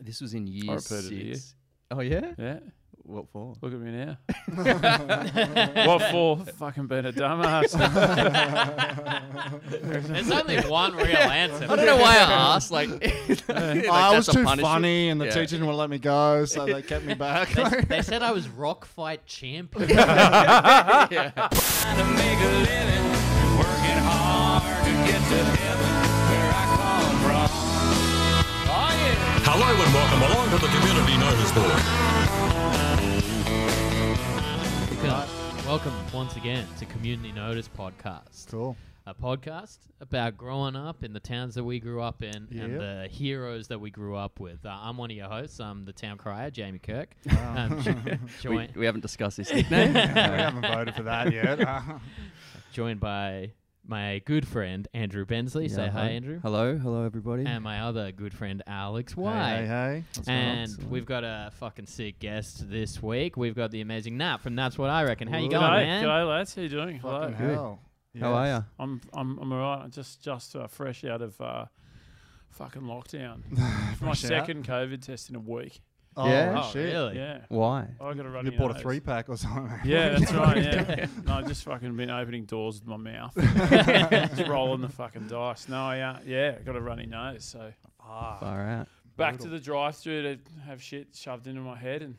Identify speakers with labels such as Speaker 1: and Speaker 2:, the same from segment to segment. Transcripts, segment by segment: Speaker 1: This was in year
Speaker 2: I
Speaker 1: six.
Speaker 2: repeated a year.
Speaker 1: Oh yeah.
Speaker 2: Yeah,
Speaker 1: What for?
Speaker 2: look at me now. what for? Fucking being a dumbass.
Speaker 3: There's only one real answer.
Speaker 1: I don't know why I asked. Like,
Speaker 2: Like,
Speaker 1: that's
Speaker 4: I was
Speaker 1: a
Speaker 4: too
Speaker 1: punishment.
Speaker 4: funny, and the
Speaker 1: Yeah.
Speaker 4: teacher didn't want to let me go, so they kept me back.
Speaker 3: They, they said I was rock fight champion.
Speaker 5: to make a living, working hard to get to heaven where I come from. Oh yeah.
Speaker 6: Hello and welcome along to the Community Notice Board.
Speaker 3: Welcome once again to Community Notice Podcast,
Speaker 4: cool.
Speaker 3: a podcast about growing up in the towns that we grew up in and
Speaker 4: Yep.
Speaker 3: the heroes that we grew up with. Uh, I'm one of your hosts. I'm the town crier, Jamie Kirk. Um, jo-
Speaker 1: we,
Speaker 3: join,
Speaker 1: we haven't discussed this nickname.
Speaker 4: we haven't voted for that yet.
Speaker 3: joined by my good friend Andrew Bensley. Say
Speaker 1: Yeah,
Speaker 3: hi, Andrew.
Speaker 1: Hello, hello everybody.
Speaker 3: And my other good friend Alex Why?
Speaker 4: hey, hey, hey. What's going on?
Speaker 3: And we've got a fucking sick guest this week. We've got the amazing Nat from That's What I Reckon. How you going,
Speaker 2: G'day,
Speaker 3: man?
Speaker 2: g'day, lads. How you doing? Hello.
Speaker 4: Fucking hell.
Speaker 1: How are
Speaker 4: Yes.
Speaker 1: ya?
Speaker 2: I'm I'm I'm alright. I'm Just just uh, fresh out of uh, fucking lockdown. my
Speaker 4: Fresh out?
Speaker 2: second COVID test in a week.
Speaker 4: Oh,
Speaker 1: Yeah.
Speaker 3: Oh,
Speaker 4: shit.
Speaker 3: really?
Speaker 2: Yeah,
Speaker 1: Why?
Speaker 2: I got a running.
Speaker 4: You bought a
Speaker 2: nose.
Speaker 4: three pack or something.
Speaker 2: Yeah, that's right. Yeah, no, I've just fucking been opening doors with my mouth, just rolling the fucking dice. No, I, uh, yeah, got a runny nose, so Ah.
Speaker 1: Far out.
Speaker 2: back to the drive-through to have shit shoved into my head and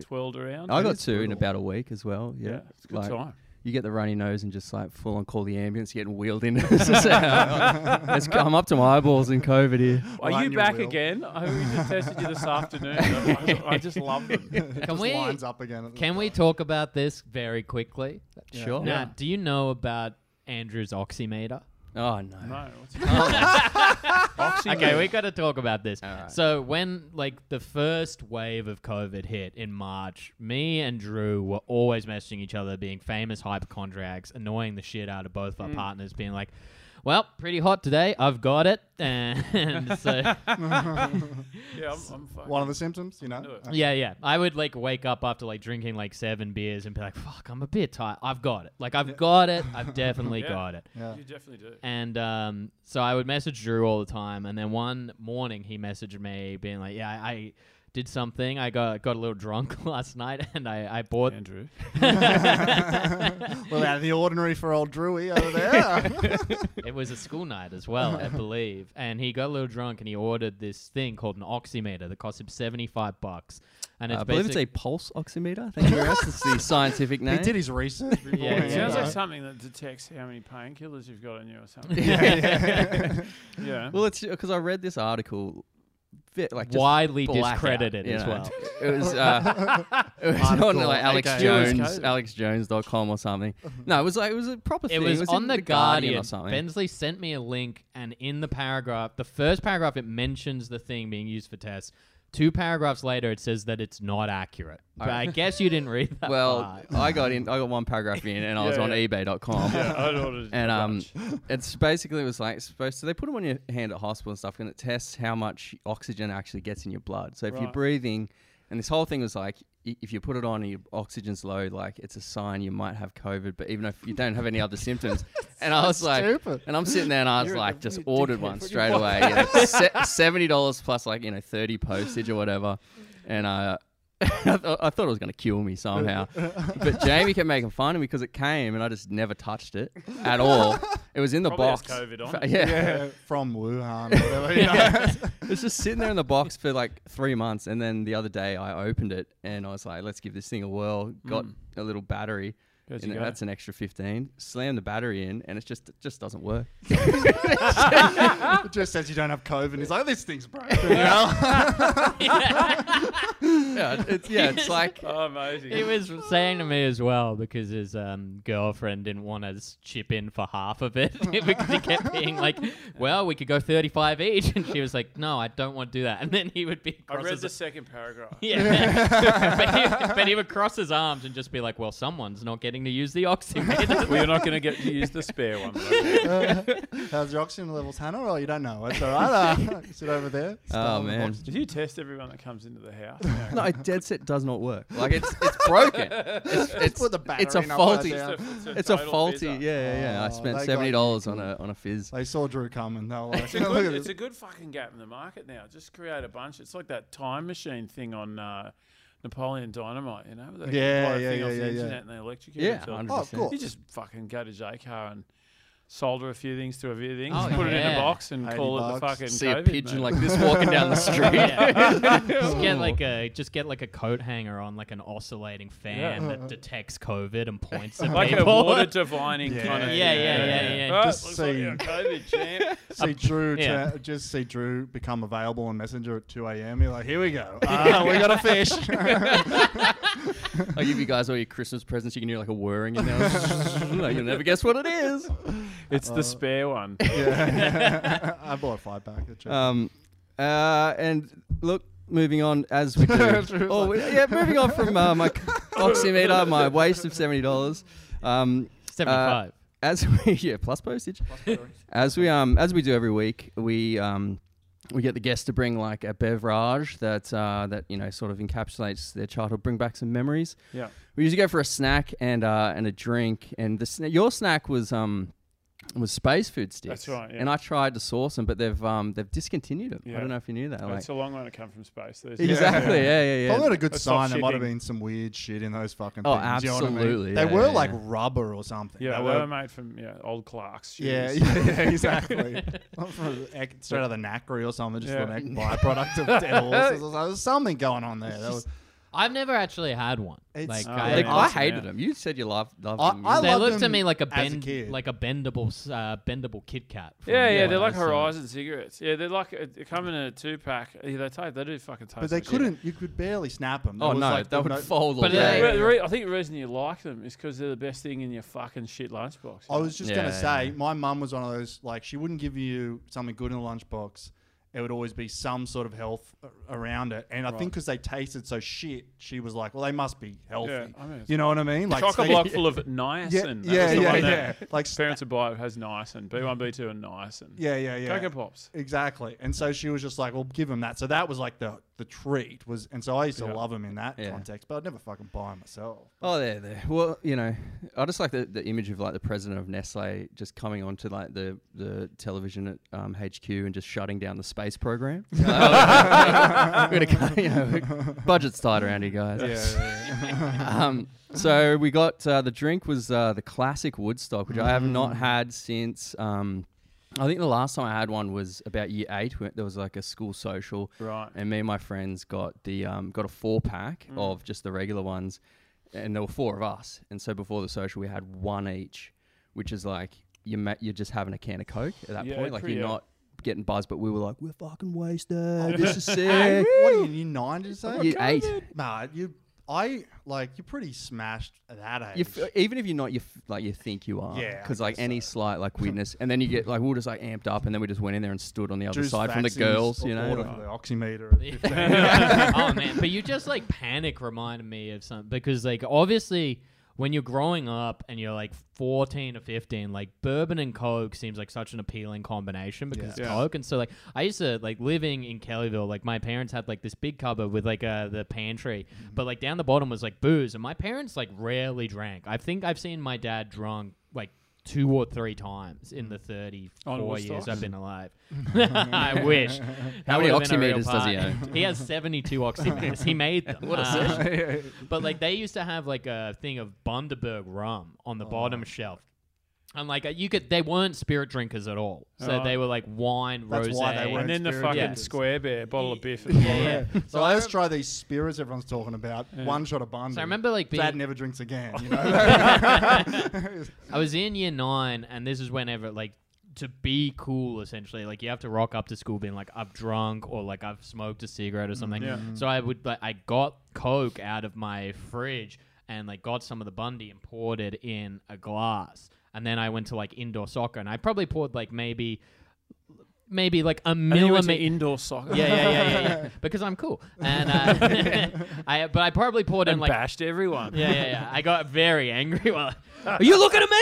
Speaker 2: twirled around.
Speaker 1: I got
Speaker 4: is
Speaker 1: two in
Speaker 4: brutal.
Speaker 1: about a week as well. Yeah.
Speaker 2: yeah, it's a good
Speaker 1: like,
Speaker 2: time.
Speaker 1: You get the runny nose and just like full on call the ambulance, getting wheeled in. It's just, uh, it's, I'm up to my eyeballs in COVID here.
Speaker 2: Are
Speaker 4: Line
Speaker 2: you
Speaker 4: your
Speaker 2: back
Speaker 4: wheel.
Speaker 2: again? I we just tested you this afternoon. I, I just love them.
Speaker 3: Can
Speaker 4: Just
Speaker 3: we
Speaker 4: lines up again. at the
Speaker 3: can we talk about this very quickly?
Speaker 1: Sure.
Speaker 3: Nat, do you know about Andrew's oximeter?
Speaker 1: Oh no.
Speaker 2: No, what's
Speaker 3: Okay, we got to talk about this.
Speaker 1: Alright.
Speaker 3: So when like the first wave of COVID hit in March, me and Drew were always messaging each other, being famous hypochondriacs, annoying the shit out of both of our partners, being like, "Well, pretty hot today. I've got it." And so
Speaker 2: yeah, I'm, I'm fucking.
Speaker 4: One of the symptoms, you
Speaker 2: Do
Speaker 4: know. Uh,
Speaker 2: it.
Speaker 3: Yeah, yeah. I would like wake up after like drinking like seven beers and be like, "Fuck, I'm a bit tired. I've got it. Like, I've got it. I've definitely
Speaker 2: Yeah.
Speaker 3: got it."
Speaker 4: Yeah.
Speaker 2: You definitely do.
Speaker 3: And um, so I would message Drew all the time, and then one morning he messaged me being like, "Yeah, I, I did something. I got got a little drunk last night, and I I bought."
Speaker 2: Andrew.
Speaker 4: well, out of the ordinary for old Drewy over there.
Speaker 3: it was a school night as well, I believe. And he got a little drunk, and he ordered this thing called an oximeter that cost him seventy five bucks, and it's
Speaker 1: Uh, I believe it's
Speaker 3: basically
Speaker 1: a pulse oximeter. Thank you very much. It's the scientific
Speaker 4: he
Speaker 1: name.
Speaker 4: did his research.
Speaker 2: It
Speaker 3: Yeah,
Speaker 4: beforehand.
Speaker 2: sounds
Speaker 3: Yeah.
Speaker 2: like something that detects how many painkillers you've got in you or something. yeah.
Speaker 1: Well, it's because I read this article, bit, like just
Speaker 3: widely
Speaker 1: blackout,
Speaker 3: discredited
Speaker 1: you
Speaker 3: as
Speaker 1: know.
Speaker 3: well.
Speaker 1: It was, uh, it was on
Speaker 4: Hardcore,
Speaker 1: like Alex
Speaker 4: aka.
Speaker 1: Jones,
Speaker 2: It
Speaker 1: AlexJones.com or something. No, it was like it was a proper
Speaker 3: It
Speaker 1: thing.
Speaker 3: was,
Speaker 1: in
Speaker 3: on the, Guardian.
Speaker 1: or something.
Speaker 3: Bensley sent me a link, and in the paragraph, the first paragraph, it mentions the thing being used for tests. Two paragraphs later, it says that it's not accurate. But I guess you didn't read that.
Speaker 1: well,
Speaker 3: part.
Speaker 1: I got in. I got one paragraph in, and I was
Speaker 2: Yeah,
Speaker 1: on
Speaker 2: yeah.
Speaker 1: eBay.com.
Speaker 2: Yeah, I'd ordered a
Speaker 1: And um,
Speaker 2: bunch.
Speaker 1: it's basically it was like supposed. So they put them on your hand at hospital and stuff, and it tests how much oxygen actually gets in your blood. So if you're
Speaker 2: Right.
Speaker 1: breathing, and this whole thing was like, i- if you put it on and your oxygen's low, like it's a sign you might have COVID. But even if you don't have any other symptoms, and I was like,
Speaker 4: stupid.
Speaker 1: and I'm sitting there and I was
Speaker 4: You're a
Speaker 1: like, just
Speaker 4: complete
Speaker 1: ordered
Speaker 4: dickhead.
Speaker 1: one
Speaker 4: Fucking
Speaker 1: straight away, you know, se- seventy dollars plus like you know thirty postage or whatever, and uh, I, th- I thought it was going to kill me somehow. but Jamie kept making fun of me because it came and I just never touched it at all. It was in the
Speaker 2: Probably has
Speaker 1: box.
Speaker 2: COVID on
Speaker 1: Fa-
Speaker 2: it.
Speaker 1: Yeah.
Speaker 4: Yeah, From Wuhan, or whatever. You know.
Speaker 1: It was just sitting there in the box for like three months. And then the other day I opened it and I was like, let's give this thing a whirl.
Speaker 2: Hmm.
Speaker 1: Got a little battery.
Speaker 2: How'd
Speaker 1: and
Speaker 2: you go?
Speaker 1: that's an extra 15. Slam the battery in and it's just, it just doesn't work.
Speaker 4: It just says you don't have COVID. He's like, "Oh, this thing's broken. You know?
Speaker 1: yeah, it's, yeah, it's like,
Speaker 2: Oh, amazing.
Speaker 3: he was saying to me as well because his um, girlfriend didn't want to chip in for half of it because he kept being like, "Well, we could go thirty-five each," and she was like, "No, I don't want to do that." And then he would be.
Speaker 2: I
Speaker 3: cross
Speaker 2: read
Speaker 3: as
Speaker 2: the second paragraph.
Speaker 3: Yeah. but, he, but he would cross his arms and just be like, well, someone's not getting to use the oxygen.
Speaker 2: well, you're not going to get to use the spare one. though.
Speaker 4: How's your oxygen levels, Hannah? Oh, you don't know. That's all right. Uh, sit over there.
Speaker 1: Oh man.
Speaker 2: Did you test everyone that comes into the house? No.
Speaker 1: No, a dead set does not work. Like it's it's broken. It's it's,
Speaker 4: put the
Speaker 1: it's a
Speaker 4: battery in upside
Speaker 1: faulty.
Speaker 4: down.
Speaker 2: It's a-
Speaker 1: It's a
Speaker 2: total
Speaker 1: faulty. Yeah,
Speaker 2: fizzer.
Speaker 1: yeah, yeah. I
Speaker 4: Oh,
Speaker 1: spent
Speaker 4: they got
Speaker 1: seventy dollars on a on a fizz.
Speaker 4: They saw Drew come and they were like,
Speaker 2: It's a, good,
Speaker 4: look at
Speaker 2: it's
Speaker 4: this.
Speaker 2: a good fucking gap in the market now. Just create a bunch. It's like that time machine thing on uh, Napoleon Dynamite, you know? They
Speaker 4: Yeah,
Speaker 2: buy a
Speaker 4: yeah,
Speaker 2: thing
Speaker 4: yeah,
Speaker 2: off the
Speaker 4: yeah, yeah.
Speaker 2: internet and they electrocute
Speaker 1: Yeah,
Speaker 2: themselves.
Speaker 1: 100%.
Speaker 4: Oh, of course.
Speaker 2: You just fucking go to JCar and solder a few things to a few things,
Speaker 3: Oh,
Speaker 2: put it in a
Speaker 3: yeah.
Speaker 2: box and
Speaker 4: 80
Speaker 2: call it the
Speaker 4: bucks.
Speaker 2: fucking
Speaker 1: See
Speaker 2: COVID,
Speaker 1: a pigeon
Speaker 2: mate.
Speaker 1: like this walking down the street.
Speaker 3: just get like a just get like a coat hanger on like an oscillating fan
Speaker 2: Yeah.
Speaker 3: that detects COVID and points at
Speaker 2: like a
Speaker 3: people.
Speaker 2: water divining
Speaker 4: Yeah,
Speaker 2: kind of
Speaker 3: yeah, yeah, yeah, yeah.
Speaker 2: Right,
Speaker 4: Just
Speaker 2: looks like
Speaker 4: see-
Speaker 2: you're COVID champ.
Speaker 4: See Drew,
Speaker 3: yeah.
Speaker 4: turn- just see Drew become available on Messenger at 2 a.m. You're like, here we go. Ah, we got a fish.
Speaker 1: I give you guys all your Christmas presents. You can hear like a whirring in there. like, you'll never guess what it is.
Speaker 2: It's
Speaker 4: Uh,
Speaker 2: the spare one.
Speaker 4: yeah. I bought a five pack. At
Speaker 1: Um, uh, and look, moving on as we do. oh, we- yeah, moving on from uh, my oximeter, my waste of seventy dollars. Um, uh,
Speaker 3: Seventy-five.
Speaker 2: Uh,
Speaker 1: as we yeah plus postage as we um as we do every week we um we get the guests to bring like a beverage that uh that you know sort of encapsulates their childhood bring back some memories
Speaker 2: yeah.
Speaker 1: we usually go for a snack and uh and a drink and the sna- your snack was um was space food sticks
Speaker 2: That's right, yeah.
Speaker 1: and i tried to source them but they've um they've discontinued them i
Speaker 2: Yeah.
Speaker 1: don't know if you knew that like,
Speaker 2: It's a long way to come from space. Those-
Speaker 1: exactly yeah yeah yeah,
Speaker 4: Probably not a good
Speaker 2: That's
Speaker 4: sign.
Speaker 2: soft
Speaker 4: There might have
Speaker 2: shipping.
Speaker 4: been some weird shit in those fucking
Speaker 1: Oh,
Speaker 4: things. you know what I mean?
Speaker 1: absolutely,
Speaker 4: They
Speaker 1: yeah,
Speaker 4: were
Speaker 1: yeah,
Speaker 4: like
Speaker 1: yeah.
Speaker 4: rubber or something.
Speaker 2: Yeah,
Speaker 4: They
Speaker 2: they
Speaker 4: were-
Speaker 2: were made from yeah old Clark's.
Speaker 4: Yeah,
Speaker 2: shoes.
Speaker 4: yeah, yeah, exactly. Not from the ec- Straight out of the knackery or something, just
Speaker 2: Yeah.
Speaker 4: an ec- byproduct of dead horses. or something. There was something going on there. That was,
Speaker 3: I've never actually had one.
Speaker 4: It's-
Speaker 3: Like
Speaker 4: Oh,
Speaker 3: I,
Speaker 1: like,
Speaker 2: yeah.
Speaker 1: i
Speaker 2: Awesome,
Speaker 1: hated
Speaker 2: yeah.
Speaker 1: them you said you loved loved
Speaker 4: I-
Speaker 1: them
Speaker 4: I
Speaker 3: they
Speaker 4: loved
Speaker 3: looked to
Speaker 4: them
Speaker 3: me like a
Speaker 4: as a
Speaker 3: bend,
Speaker 4: kid.
Speaker 3: like a bendable, s- uh, bendable Kit Kat. from
Speaker 2: Yeah, yeah,
Speaker 3: Yellow,
Speaker 2: they're like
Speaker 3: so-
Speaker 2: Horizon cigarettes. Yeah, they're like uh, they come in a two pack. Yeah, they taste. They do fucking taste.
Speaker 4: but they
Speaker 2: like shit.
Speaker 4: couldn't. You could barely snap them.
Speaker 1: oh no that would fold all
Speaker 3: But, uh,
Speaker 1: day
Speaker 2: But the re- I think the reason you like them is because they're the best thing in your fucking shit lunchbox.
Speaker 4: I was just
Speaker 1: Yeah,
Speaker 4: gonna say, my mum was one of those like she wouldn't give you something good in a lunchbox. It would always be some sort of health a- around it, and I think because they tasted so shit, she was like, "Well, they must be healthy."
Speaker 2: Yeah, I mean,
Speaker 4: you know what I mean? Like
Speaker 2: chock a
Speaker 4: they-
Speaker 2: block full of
Speaker 4: Yeah,
Speaker 2: niacin. That
Speaker 4: yeah,
Speaker 2: was the
Speaker 4: yeah,
Speaker 2: one
Speaker 4: yeah.
Speaker 2: that
Speaker 4: Like,
Speaker 2: Parents would buy it has niacin, B1, B2, and niacin.
Speaker 4: yeah, yeah, yeah.
Speaker 2: Cocoa pops.
Speaker 4: Exactly. And so she was just like, "Well, give him that." So that was like the the treat was, and so I used to
Speaker 2: Yeah.
Speaker 4: love him in that
Speaker 1: Yeah.
Speaker 4: context, but I'd never fucking buy 'em myself.
Speaker 1: Oh, there, there. Well, you know, I just like the, the image of like the president of Nestle just coming onto like the, the television at um, HQ and just shutting down the space program. Like, oh, we're gonna, cut- you know, budget's tight around here, guys. Um, so we got uh, the drink was uh, the classic Woodstock, which I
Speaker 2: Mm.
Speaker 1: have not had since. Um, I think the last time I had one was about year eight. When there was like a school social,
Speaker 2: Right.
Speaker 1: and me and my friends got the um, got a four pack
Speaker 2: Mm.
Speaker 1: of just the regular ones, and there were four of us. And so before the social, we had one each, which is like you ma- you're just having a can of coke at that
Speaker 2: Yeah,
Speaker 1: point. Like
Speaker 2: pretty-
Speaker 1: you're
Speaker 2: yeah.
Speaker 1: not getting buzzed, but we were like, we're fucking wasted. This is sick.
Speaker 4: what are you, you nine? Did you say?
Speaker 1: year eight.
Speaker 4: Nah, you. I like you're pretty smashed at that age.
Speaker 1: You f- even if you're not, you f- like you think you are,
Speaker 4: Yeah, I
Speaker 1: Because like
Speaker 4: guess
Speaker 1: any slight like weirdness, and then you get like we were just like amped up, and then we just went in there and stood on the other
Speaker 4: Drew's
Speaker 1: side from the
Speaker 4: faxies
Speaker 1: girls, you know.
Speaker 4: order
Speaker 1: like-
Speaker 4: for the oximeter. at 15.
Speaker 3: oh man, but you just like panic reminded me of something because like obviously when you're growing up and you're like 14 or 15 like bourbon and coke seems like such an appealing combination because
Speaker 4: Yeah.
Speaker 3: it's
Speaker 2: Yeah.
Speaker 3: coke and so like i used to like living in kellyville like my parents had like this big cupboard with like uh, the pantry but like down the bottom was like booze and my parents like rarely drank i think i've seen my dad drunk like two or three times in the 34
Speaker 2: Onward
Speaker 3: years
Speaker 2: stocks?
Speaker 3: i've been alive i wish
Speaker 1: How
Speaker 3: that
Speaker 1: many
Speaker 3: would've been a real
Speaker 1: oximeters does he
Speaker 3: party.
Speaker 1: own?
Speaker 3: He has 72 oximeters. he made them. Uh, but like they used to have like a thing of Bundaberg rum on
Speaker 4: Oh,
Speaker 3: the bottom shelf. And like uh, you could, they weren't spirit drinkers at all. So
Speaker 2: Oh.
Speaker 3: they were like wine,
Speaker 4: That's
Speaker 3: rosé.
Speaker 4: why they
Speaker 2: And
Speaker 4: weren't
Speaker 2: then the
Speaker 4: Spirit
Speaker 2: fucking
Speaker 3: Brothers.
Speaker 2: square bear bottle of beer. For the
Speaker 3: yeah, yeah.
Speaker 4: so let's try these spirits everyone's talking about. One shot of Bundy.
Speaker 3: So I remember like being,
Speaker 4: Dad never drinks again. You know.
Speaker 3: I was in year nine, and this is whenever like to be cool essentially like you have to rock up to school being like i've drunk or like i've smoked a cigarette or something
Speaker 2: Mm, Yeah.
Speaker 3: so i would like i got coke out of my fridge and like got some of the bundy and poured it in a glass and then i went to like indoor soccer and i probably poured like maybe maybe like a
Speaker 2: And then you went to
Speaker 3: millimeter
Speaker 2: indoor soccer.
Speaker 3: yeah, yeah, yeah, yeah, yeah. Because I'm cool, and uh, I but I probably poured in
Speaker 2: And
Speaker 3: like
Speaker 2: bashed everyone.
Speaker 3: yeah, yeah, yeah. I got very angry. While Are you looking at me?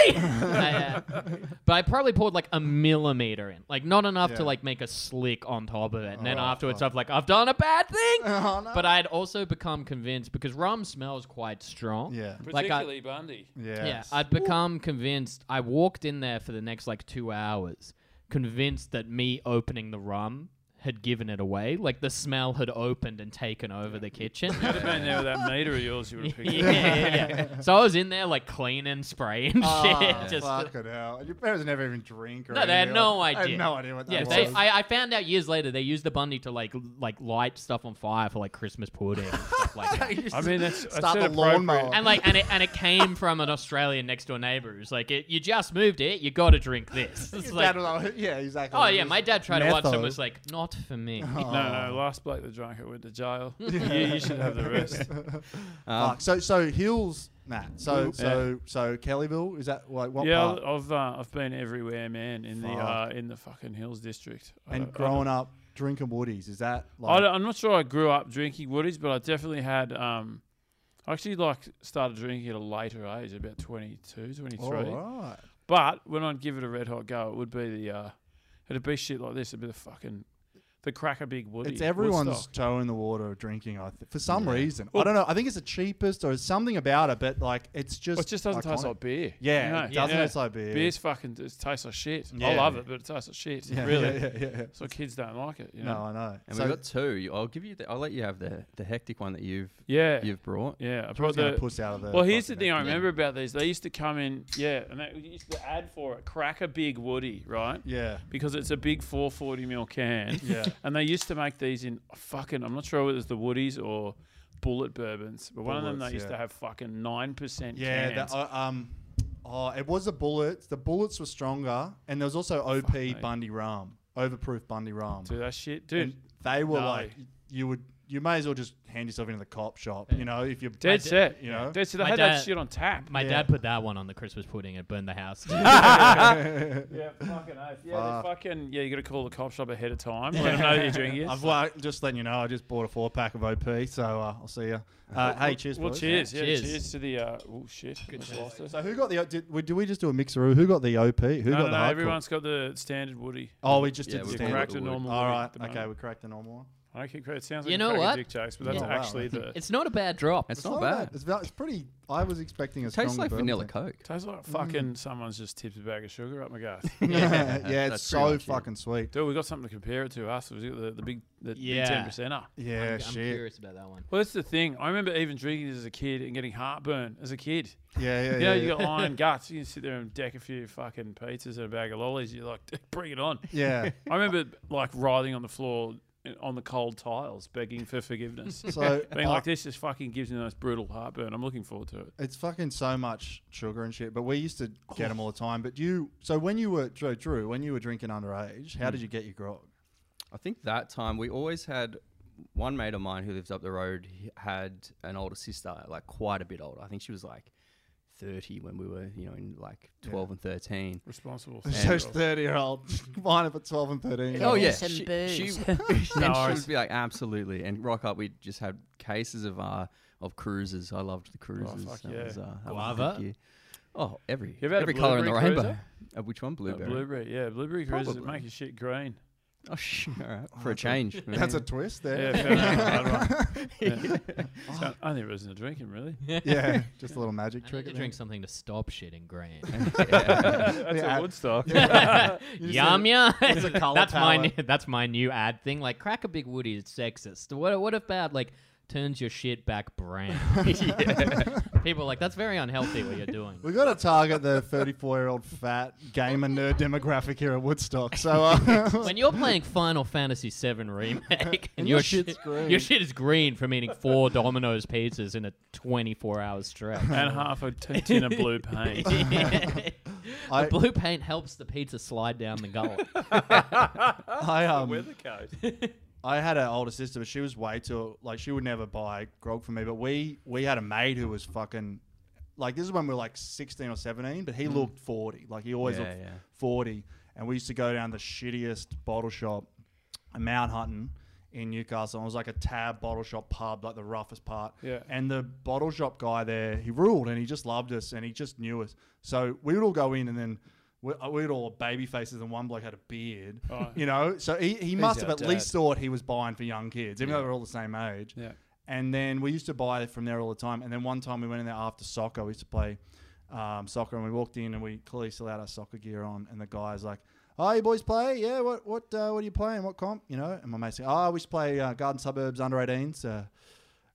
Speaker 3: I, uh, but I probably poured like a millimeter in, like not enough to
Speaker 4: Yeah.
Speaker 3: like make a slick on top of it. And then
Speaker 4: Oh,
Speaker 3: afterwards,
Speaker 4: fuck.
Speaker 3: I've like I've done a bad thing.
Speaker 4: Oh, no.
Speaker 3: But I'd also become convinced because rum smells quite strong.
Speaker 4: Yeah.
Speaker 3: Like, I-
Speaker 2: Particularly Bundy.
Speaker 4: Yeah.
Speaker 3: Yeah, I'd become convinced. I walked in there for the next like two hours, convinced that me opening the rum had given it away. Like the smell had opened and taken over the kitchen.
Speaker 2: You'd have been there with that meter of yours you would have
Speaker 3: yeah,
Speaker 2: picked up.
Speaker 3: yeah, yeah. So I was in there like cleaning, spraying shit.
Speaker 4: Oh,
Speaker 3: just
Speaker 4: fucking hell. And Your parents never even drink or
Speaker 3: no, they had
Speaker 4: anything.
Speaker 3: no
Speaker 4: Like,
Speaker 3: idea.
Speaker 4: I had no idea what that
Speaker 3: yeah,
Speaker 4: was.
Speaker 3: they, I, I found out years later they used the bundy to like l- like light stuff on fire for like Christmas pudding and stuff like that.
Speaker 4: You
Speaker 2: I mean, that's, that's
Speaker 4: start the
Speaker 2: inappropriate.
Speaker 4: lawnmower.
Speaker 3: And like and it and it came from an Australian next door neighbor who's like, it, you just moved it, you got to drink this. It's
Speaker 4: Your
Speaker 3: like,
Speaker 4: dad was like, yeah, exactly.
Speaker 3: Oh yeah, my dad tried to watch them.
Speaker 4: Metho.
Speaker 3: Was like, not for me.
Speaker 4: Oh.
Speaker 2: No, no, last bloke that drank it went to jail. yeah, you should have the rest.
Speaker 1: Um,
Speaker 2: Um,
Speaker 4: Fuck. So so Hills, Matt. So so so Kellyville is that like what
Speaker 2: yeah,
Speaker 4: part?
Speaker 2: I've uh, I've been everywhere, man, in the uh,
Speaker 4: Fuck.
Speaker 2: in the fucking hills district. I
Speaker 4: And
Speaker 2: don't- I
Speaker 4: growing up drinking woodies is that
Speaker 2: I
Speaker 4: like
Speaker 2: don't, I'm not sure I grew up drinking woodies, but I definitely had. Um, I actually like started drinking at a later age, about 22, 23.
Speaker 4: Alright.
Speaker 2: But when I'd give it a red hot go, it would be the uh, it'd be shit like this. It'd be the fucking the cracker big woody.
Speaker 4: It's everyone's
Speaker 2: Woodstock.
Speaker 4: toe in the water of drinking. I th- for some reason, I don't know. I think it's the cheapest or something about it, but like it's just
Speaker 2: Well, it just doesn't taste
Speaker 4: iconic.
Speaker 2: like beer.
Speaker 4: Yeah,
Speaker 2: you know?
Speaker 4: it doesn't taste like beer.
Speaker 2: Beer's fucking it tastes like shit. I
Speaker 4: Yeah.
Speaker 2: love it, but it tastes like shit.
Speaker 4: Yeah,
Speaker 2: really.
Speaker 4: Yeah, yeah, yeah.
Speaker 2: So kids don't like it. You
Speaker 4: No,
Speaker 2: know?
Speaker 4: I know.
Speaker 1: And
Speaker 4: so
Speaker 1: we've got two. You- I'll give you. The, I'll let you have the the hectic one that you've
Speaker 2: Yeah.
Speaker 1: you've brought.
Speaker 2: yeah. I
Speaker 4: who's
Speaker 2: brought
Speaker 4: gonna
Speaker 2: the
Speaker 4: puss out of the
Speaker 2: Well, here's the
Speaker 4: fucking-
Speaker 2: thing I remember about these. They used to come in, yeah, and they used to ad for it, Cracker Big Woody, right?
Speaker 4: Yeah,
Speaker 2: Because it's a big 440 mil can.
Speaker 4: yeah.
Speaker 2: and they used to make these in fucking, I'm not sure whether it was the Woodies or Bullet Bourbons, but one of them they
Speaker 4: Bullets,
Speaker 2: used to
Speaker 4: yeah.
Speaker 2: have fucking 9%
Speaker 4: Yeah,
Speaker 2: cans.
Speaker 4: the, uh, um, oh, it was the bullets. The bullets were stronger, and there was also OP
Speaker 2: mate.
Speaker 4: Bundy rum, overproof Bundy rum.
Speaker 2: Dude, that shit. Dude,
Speaker 4: And they were
Speaker 2: no.
Speaker 4: like, you would, you may as well just hand yourself into the cop shop, you know, if you're
Speaker 2: dead
Speaker 4: dead.
Speaker 2: set.
Speaker 4: you know?
Speaker 2: Dead set. They
Speaker 3: My
Speaker 2: had
Speaker 3: dad-
Speaker 2: that shit on tap.
Speaker 3: My
Speaker 4: Yeah.
Speaker 3: dad put that one on the Christmas pudding and burned the house.
Speaker 2: yeah, fucking oath. Yeah,
Speaker 4: Fuck.
Speaker 2: they fucking, yeah, you got to call the cop shop ahead of time. Let them know that you're drinking it.
Speaker 4: I've like, just letting you know, I just bought a four pack of OP, so uh, I'll see you. Uh, hey, cheers.
Speaker 2: Well,
Speaker 4: boys.
Speaker 2: cheers. Yeah,
Speaker 3: Cheers.
Speaker 2: cheers. to the, uh, oh shit. almost lost it.
Speaker 4: So who got the? O- Did, we- did we just do a mixer? Who got the OP? Who
Speaker 2: No,
Speaker 4: got
Speaker 2: no,
Speaker 4: the
Speaker 2: no,
Speaker 4: hardcore?
Speaker 2: everyone's got the standard Woody.
Speaker 4: Oh, we just
Speaker 1: Yeah,
Speaker 4: did
Speaker 1: we
Speaker 4: the
Speaker 2: You
Speaker 1: standard
Speaker 2: cracked a
Speaker 1: Woody.
Speaker 2: normal.
Speaker 4: All
Speaker 2: Woody
Speaker 4: right,
Speaker 2: at the
Speaker 4: okay,
Speaker 2: moment.
Speaker 4: we cracked the normal one.
Speaker 2: I don't keep credit. It sounds like
Speaker 3: You
Speaker 2: a
Speaker 3: know
Speaker 2: crack of
Speaker 3: what?
Speaker 2: Dick jokes, but that's
Speaker 4: Yeah. Oh, wow.
Speaker 2: actually the. It
Speaker 3: it's not a bad drop.
Speaker 1: It's, not bad.
Speaker 4: It's, about, it's pretty. I was expecting a
Speaker 1: It tastes
Speaker 4: stronger
Speaker 1: like
Speaker 4: bourbon.
Speaker 1: vanilla coke.
Speaker 2: tastes like fucking someone's just tipped a bag of sugar up my garth.
Speaker 4: yeah, yeah, it's
Speaker 1: that's pretty
Speaker 4: so
Speaker 1: much it.
Speaker 4: fucking sweet.
Speaker 2: Dude, we got something to compare it to us. We got the, the big the
Speaker 3: Yeah.
Speaker 2: big ten percenter.
Speaker 4: Yeah,
Speaker 3: I'm, I'm
Speaker 4: shit.
Speaker 3: curious about that one.
Speaker 2: Well, that's the thing. I remember even drinking this as a kid and getting heartburn as a kid.
Speaker 4: Yeah, yeah,
Speaker 2: You
Speaker 4: yeah.
Speaker 2: know, you got iron guts. You can sit there and deck a few fucking pizzas and a bag of lollies. You're like, bring it on.
Speaker 4: yeah.
Speaker 2: I remember like writhing on the floor uh, on the cold tiles, begging for forgiveness.
Speaker 4: So
Speaker 2: Being like,
Speaker 4: I-
Speaker 2: this just fucking gives me the most brutal heartburn. I'm looking forward to it.
Speaker 4: it's fucking so much sugar and shit. But we used to get them all the time. But you, so when you were Drew, Drew when you were drinking underage, how did you get your grog?
Speaker 1: I think that time we always had one mate of mine who lives up the road he had an older sister, like quite a bit older. I think she was like thirty when we were, you know, in like twelve and thirteen.
Speaker 2: Responsible.
Speaker 4: So thirty year old, mine up at twelve and thirteen.
Speaker 1: Oh yeah,
Speaker 7: some
Speaker 1: she,
Speaker 7: booze.
Speaker 1: she, and she would be like, absolutely. And rock up, we just had cases of uh of cruisers. I loved the cruisers.
Speaker 2: Oh, fuck
Speaker 1: That
Speaker 2: yeah.
Speaker 1: was, uh, that was a
Speaker 3: Guava?
Speaker 1: good year. Oh, every
Speaker 2: You ever had a
Speaker 1: every color in the
Speaker 2: blueberry
Speaker 1: rainbow.
Speaker 2: cruiser?
Speaker 1: Uh, which one,
Speaker 2: Uh,
Speaker 1: blueberry?
Speaker 2: blueberry, yeah, blueberry cruises that
Speaker 1: Probably.
Speaker 2: make your shit green.
Speaker 1: Oh, sh- all right, for a change.
Speaker 4: That's
Speaker 1: Yeah.
Speaker 4: a twist
Speaker 2: Yeah,
Speaker 4: there.
Speaker 2: fair enough, hard one. Yeah. So, only reason to drink 'em, really.
Speaker 4: Yeah, just a little magic
Speaker 3: I
Speaker 4: trick.
Speaker 3: need to
Speaker 4: at the end.
Speaker 3: drink something to stop shitting green.
Speaker 2: That's
Speaker 4: Yeah, I-
Speaker 2: a Woodstock.
Speaker 3: yum yum.
Speaker 4: colour
Speaker 3: that's my new,
Speaker 4: palette.
Speaker 3: that's my new ad thing. Like crack a big woody is sexist. What what about like turns your shit back brown? People are like that's very unhealthy what you're doing.
Speaker 4: We got to target the 34 year old fat gamer nerd demographic here at Woodstock. So uh,
Speaker 3: when you're playing Final Fantasy VII remake and
Speaker 4: your
Speaker 3: your shit,
Speaker 4: shit's green.
Speaker 3: your shit is green from eating four Domino's pizzas in a 24-hour stretch.
Speaker 2: and half a t- tin of blue paint.
Speaker 4: I-
Speaker 3: the blue paint helps the pizza slide down the gullet.
Speaker 4: I um,
Speaker 2: Weather code.
Speaker 4: I had an older sister, but she was way too like she would never buy grog for me. But we we had a maid who was fucking
Speaker 2: Mm.
Speaker 4: like this is when we were like 16 or 17, but he looked 40. Like he always
Speaker 1: Yeah,
Speaker 4: looked
Speaker 1: yeah.
Speaker 4: 40. and we used to go down the shittiest bottle shop in Mount Hutton in Newcastle. It was like a tab bottle shop pub, like the roughest part.
Speaker 2: Yeah.
Speaker 4: And the bottle shop guy there, he ruled and he just loved us and he just knew us. So we would all go in and then we- uh, we'd all baby faces and one bloke had a beard,
Speaker 2: Right.
Speaker 4: you know. So he, he must
Speaker 2: our
Speaker 4: have at
Speaker 2: dad.
Speaker 4: least thought he was buying for young kids, even though they were all the same age.
Speaker 2: Yeah.
Speaker 4: And then we used to buy from there all the time. And then one time we went in there after soccer. We used to play um, soccer, and we walked in and we clearly still had our soccer gear on. And the guy's like, "Oh, you boys play? Yeah. What what uh, what are you playing? What comp? You know?" And my mate said, "Oh, we used to play uh, Garden Suburbs under 18s." Uh,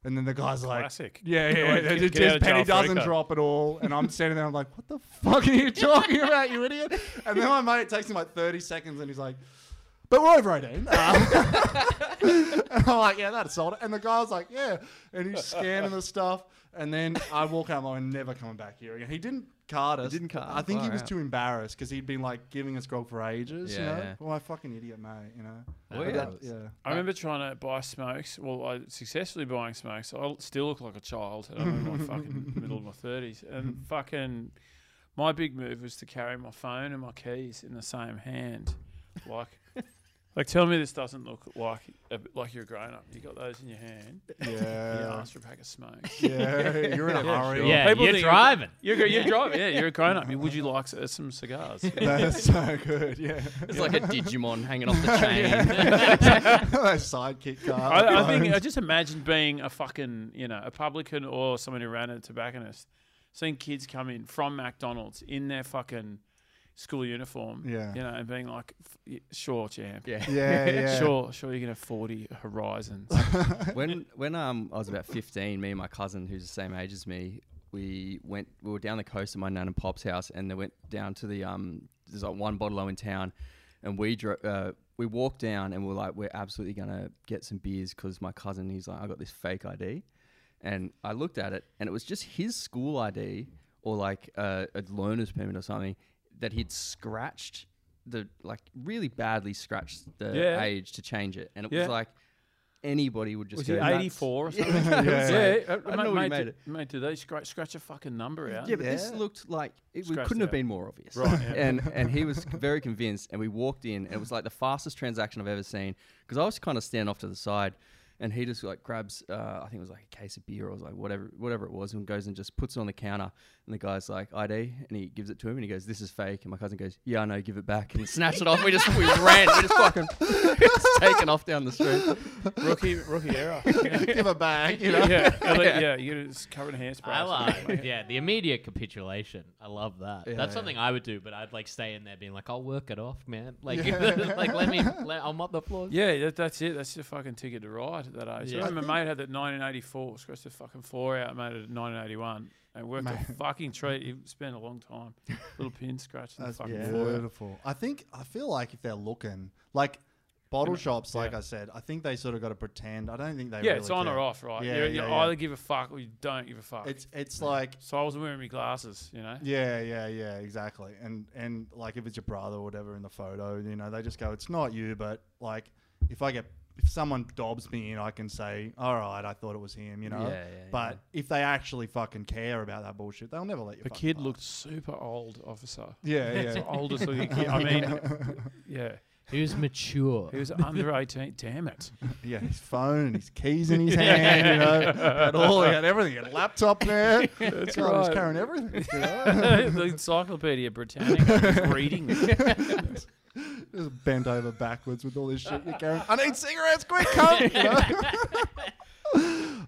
Speaker 4: and then the guy's like,
Speaker 2: Classic.
Speaker 4: "Yeah,
Speaker 2: Get
Speaker 4: yeah."
Speaker 2: away- get-
Speaker 4: yeah.
Speaker 2: get out
Speaker 4: just
Speaker 2: of jail
Speaker 4: penny
Speaker 2: free
Speaker 4: doesn't
Speaker 2: card.
Speaker 4: drop at all. And I'm standing there. I'm like, "What the fuck are you talking about, you idiot?" And then my mate takes him like 30 seconds, and he's like. But we're over 18. And I'm like, yeah, that sold it. And the guy was like, yeah. And he's scanning the stuff. And then I walk out, I'm like, never coming back here again. He didn't card us.
Speaker 1: didn't card
Speaker 4: I
Speaker 1: us,
Speaker 4: think he
Speaker 1: far
Speaker 4: was
Speaker 1: out.
Speaker 4: too embarrassed because he'd been like giving us grog for ages.
Speaker 1: Yeah,
Speaker 4: you know?
Speaker 1: yeah.
Speaker 4: Well, I fucking idiot, mate. You know.
Speaker 1: Oh,
Speaker 4: But
Speaker 1: yeah.
Speaker 4: that- yeah.
Speaker 2: I remember trying to buy smokes. Well, I successfully buying smokes. I still look like a child. and I'm in my fucking middle of my thirties, and fucking my big move was to carry my phone and my keys in the same hand. Like, like tell me this doesn't look like a, like you're a grown up. You got those in your hand. You
Speaker 4: Yeah.
Speaker 2: asked for a pack of smokes.
Speaker 4: yeah. You're in a hurry.
Speaker 3: Yeah,
Speaker 2: People
Speaker 3: you're
Speaker 2: think-
Speaker 3: driving.
Speaker 2: You're gr- you're driving. Yeah, you're a grown up. Would you like s- uh, some cigars?
Speaker 4: That's so good. Yeah.
Speaker 1: It's like a Digimon hanging off the chain.
Speaker 4: That sidekick card.
Speaker 2: I, I think I just imagine being a fucking you know a publican or someone who ran a tobacconist, seeing kids come in from McDonald's in their fucking school uniform,
Speaker 4: Yeah.
Speaker 2: you know, and being like, "F- y- sure, champ,
Speaker 1: Yeah.
Speaker 4: Yeah. Yeah.
Speaker 2: sure, sure, you're gonna have forty horizons.
Speaker 1: when when um I was about fifteen, me and my cousin, who's the same age as me, we went we were down the coast at my nan and pop's house, and they went down to the um there's like one bottle in town, and we drove. Uh, we walked down and we we're like, we're absolutely gonna get some beers because my cousin, he's like, I got this fake ID, and I looked at it and it was just his school ID or like uh, a learner's permit or something that he'd scratched the like really badly scratched the
Speaker 2: Yeah.
Speaker 1: age to change it, and it
Speaker 2: Yeah.
Speaker 1: was like anybody would just
Speaker 2: Was
Speaker 1: go
Speaker 2: it
Speaker 1: nuts.
Speaker 2: eighty four or something? yeah, uh,
Speaker 1: I don't
Speaker 2: mate,
Speaker 1: know what he
Speaker 2: mate,
Speaker 1: made
Speaker 2: did- mate, do they scratch scratch a fucking number out?
Speaker 1: Yeah, but this
Speaker 4: Yeah.
Speaker 1: looked like it we
Speaker 2: Scratched
Speaker 1: couldn't
Speaker 2: out.
Speaker 1: have been more obvious.
Speaker 2: Right, yeah.
Speaker 1: and and he was very convinced. And we walked in, and it was like the fastest transaction I've ever seen. Because I was kind of standing off to the side, and he just like grabs, uh, I think it was like a case of beer or was like whatever whatever it was, and goes and just puts it on the counter. And the guy's like ID, and he gives it to him, and he goes, "This is fake." And my cousin goes, "Yeah, I know, give it back." And he snaps it off. We just we ran. We just fucking it's taken off down the street.
Speaker 2: rookie rookie error.
Speaker 4: Give a bag. You know.
Speaker 2: Yeah, yeah, yeah, yeah, you it's covered in hairspray.
Speaker 3: I
Speaker 2: or something,
Speaker 3: love, yeah, the immediate capitulation. I love that. That's something I would do, but I'd like stay in there being like, I'll work it off, man. Like, like let me, let, I'll mop the floors.
Speaker 2: Yeah, that, that's it. That's the fucking ticket to ride at that age.
Speaker 3: Yeah.
Speaker 2: I remember my mate had that 1984, scratched the fucking floor out, made it at 1981, and worked a fucking treat. He spent a long time, little pin scratching the
Speaker 4: That's
Speaker 2: fucking floor. out.
Speaker 4: beautiful. I think I feel like if they're looking like bottle shops, like I said, I think they sort of got to pretend. I don't think they.
Speaker 2: Yeah,
Speaker 4: really
Speaker 2: it's on
Speaker 4: care.
Speaker 2: or off, right?
Speaker 4: Yeah,
Speaker 2: you
Speaker 4: yeah,
Speaker 2: you
Speaker 4: yeah.
Speaker 2: either give a fuck or you don't give a fuck.
Speaker 4: It's it's like
Speaker 2: so I wasn't wearing my glasses, you know.
Speaker 4: yeah, yeah, yeah, exactly. And and like if it's your brother or whatever in the photo, you know, they just go, it's not you, but like if I get if someone dobs me in, I can say, all right, I thought it was him, you know.
Speaker 1: Yeah, yeah,
Speaker 4: but if they actually fucking care about that bullshit, they'll never let you.
Speaker 2: The
Speaker 4: fucking
Speaker 2: kid
Speaker 4: pass.
Speaker 2: looked super old, officer.
Speaker 4: Yeah, yeah.
Speaker 2: The oldest looking kid. I mean, yeah,
Speaker 3: He was mature.
Speaker 2: he was under 18. Damn it.
Speaker 4: Yeah, his phone, his keys in his hand, you know, had all, he had everything, he had a laptop there. That's God, he was
Speaker 2: right.
Speaker 4: carrying everything. you know?
Speaker 2: the Encyclopedia Britannica was reading it.
Speaker 4: Just bent over backwards with all this shit you're carrying. I need cigarettes, quick, come. you know?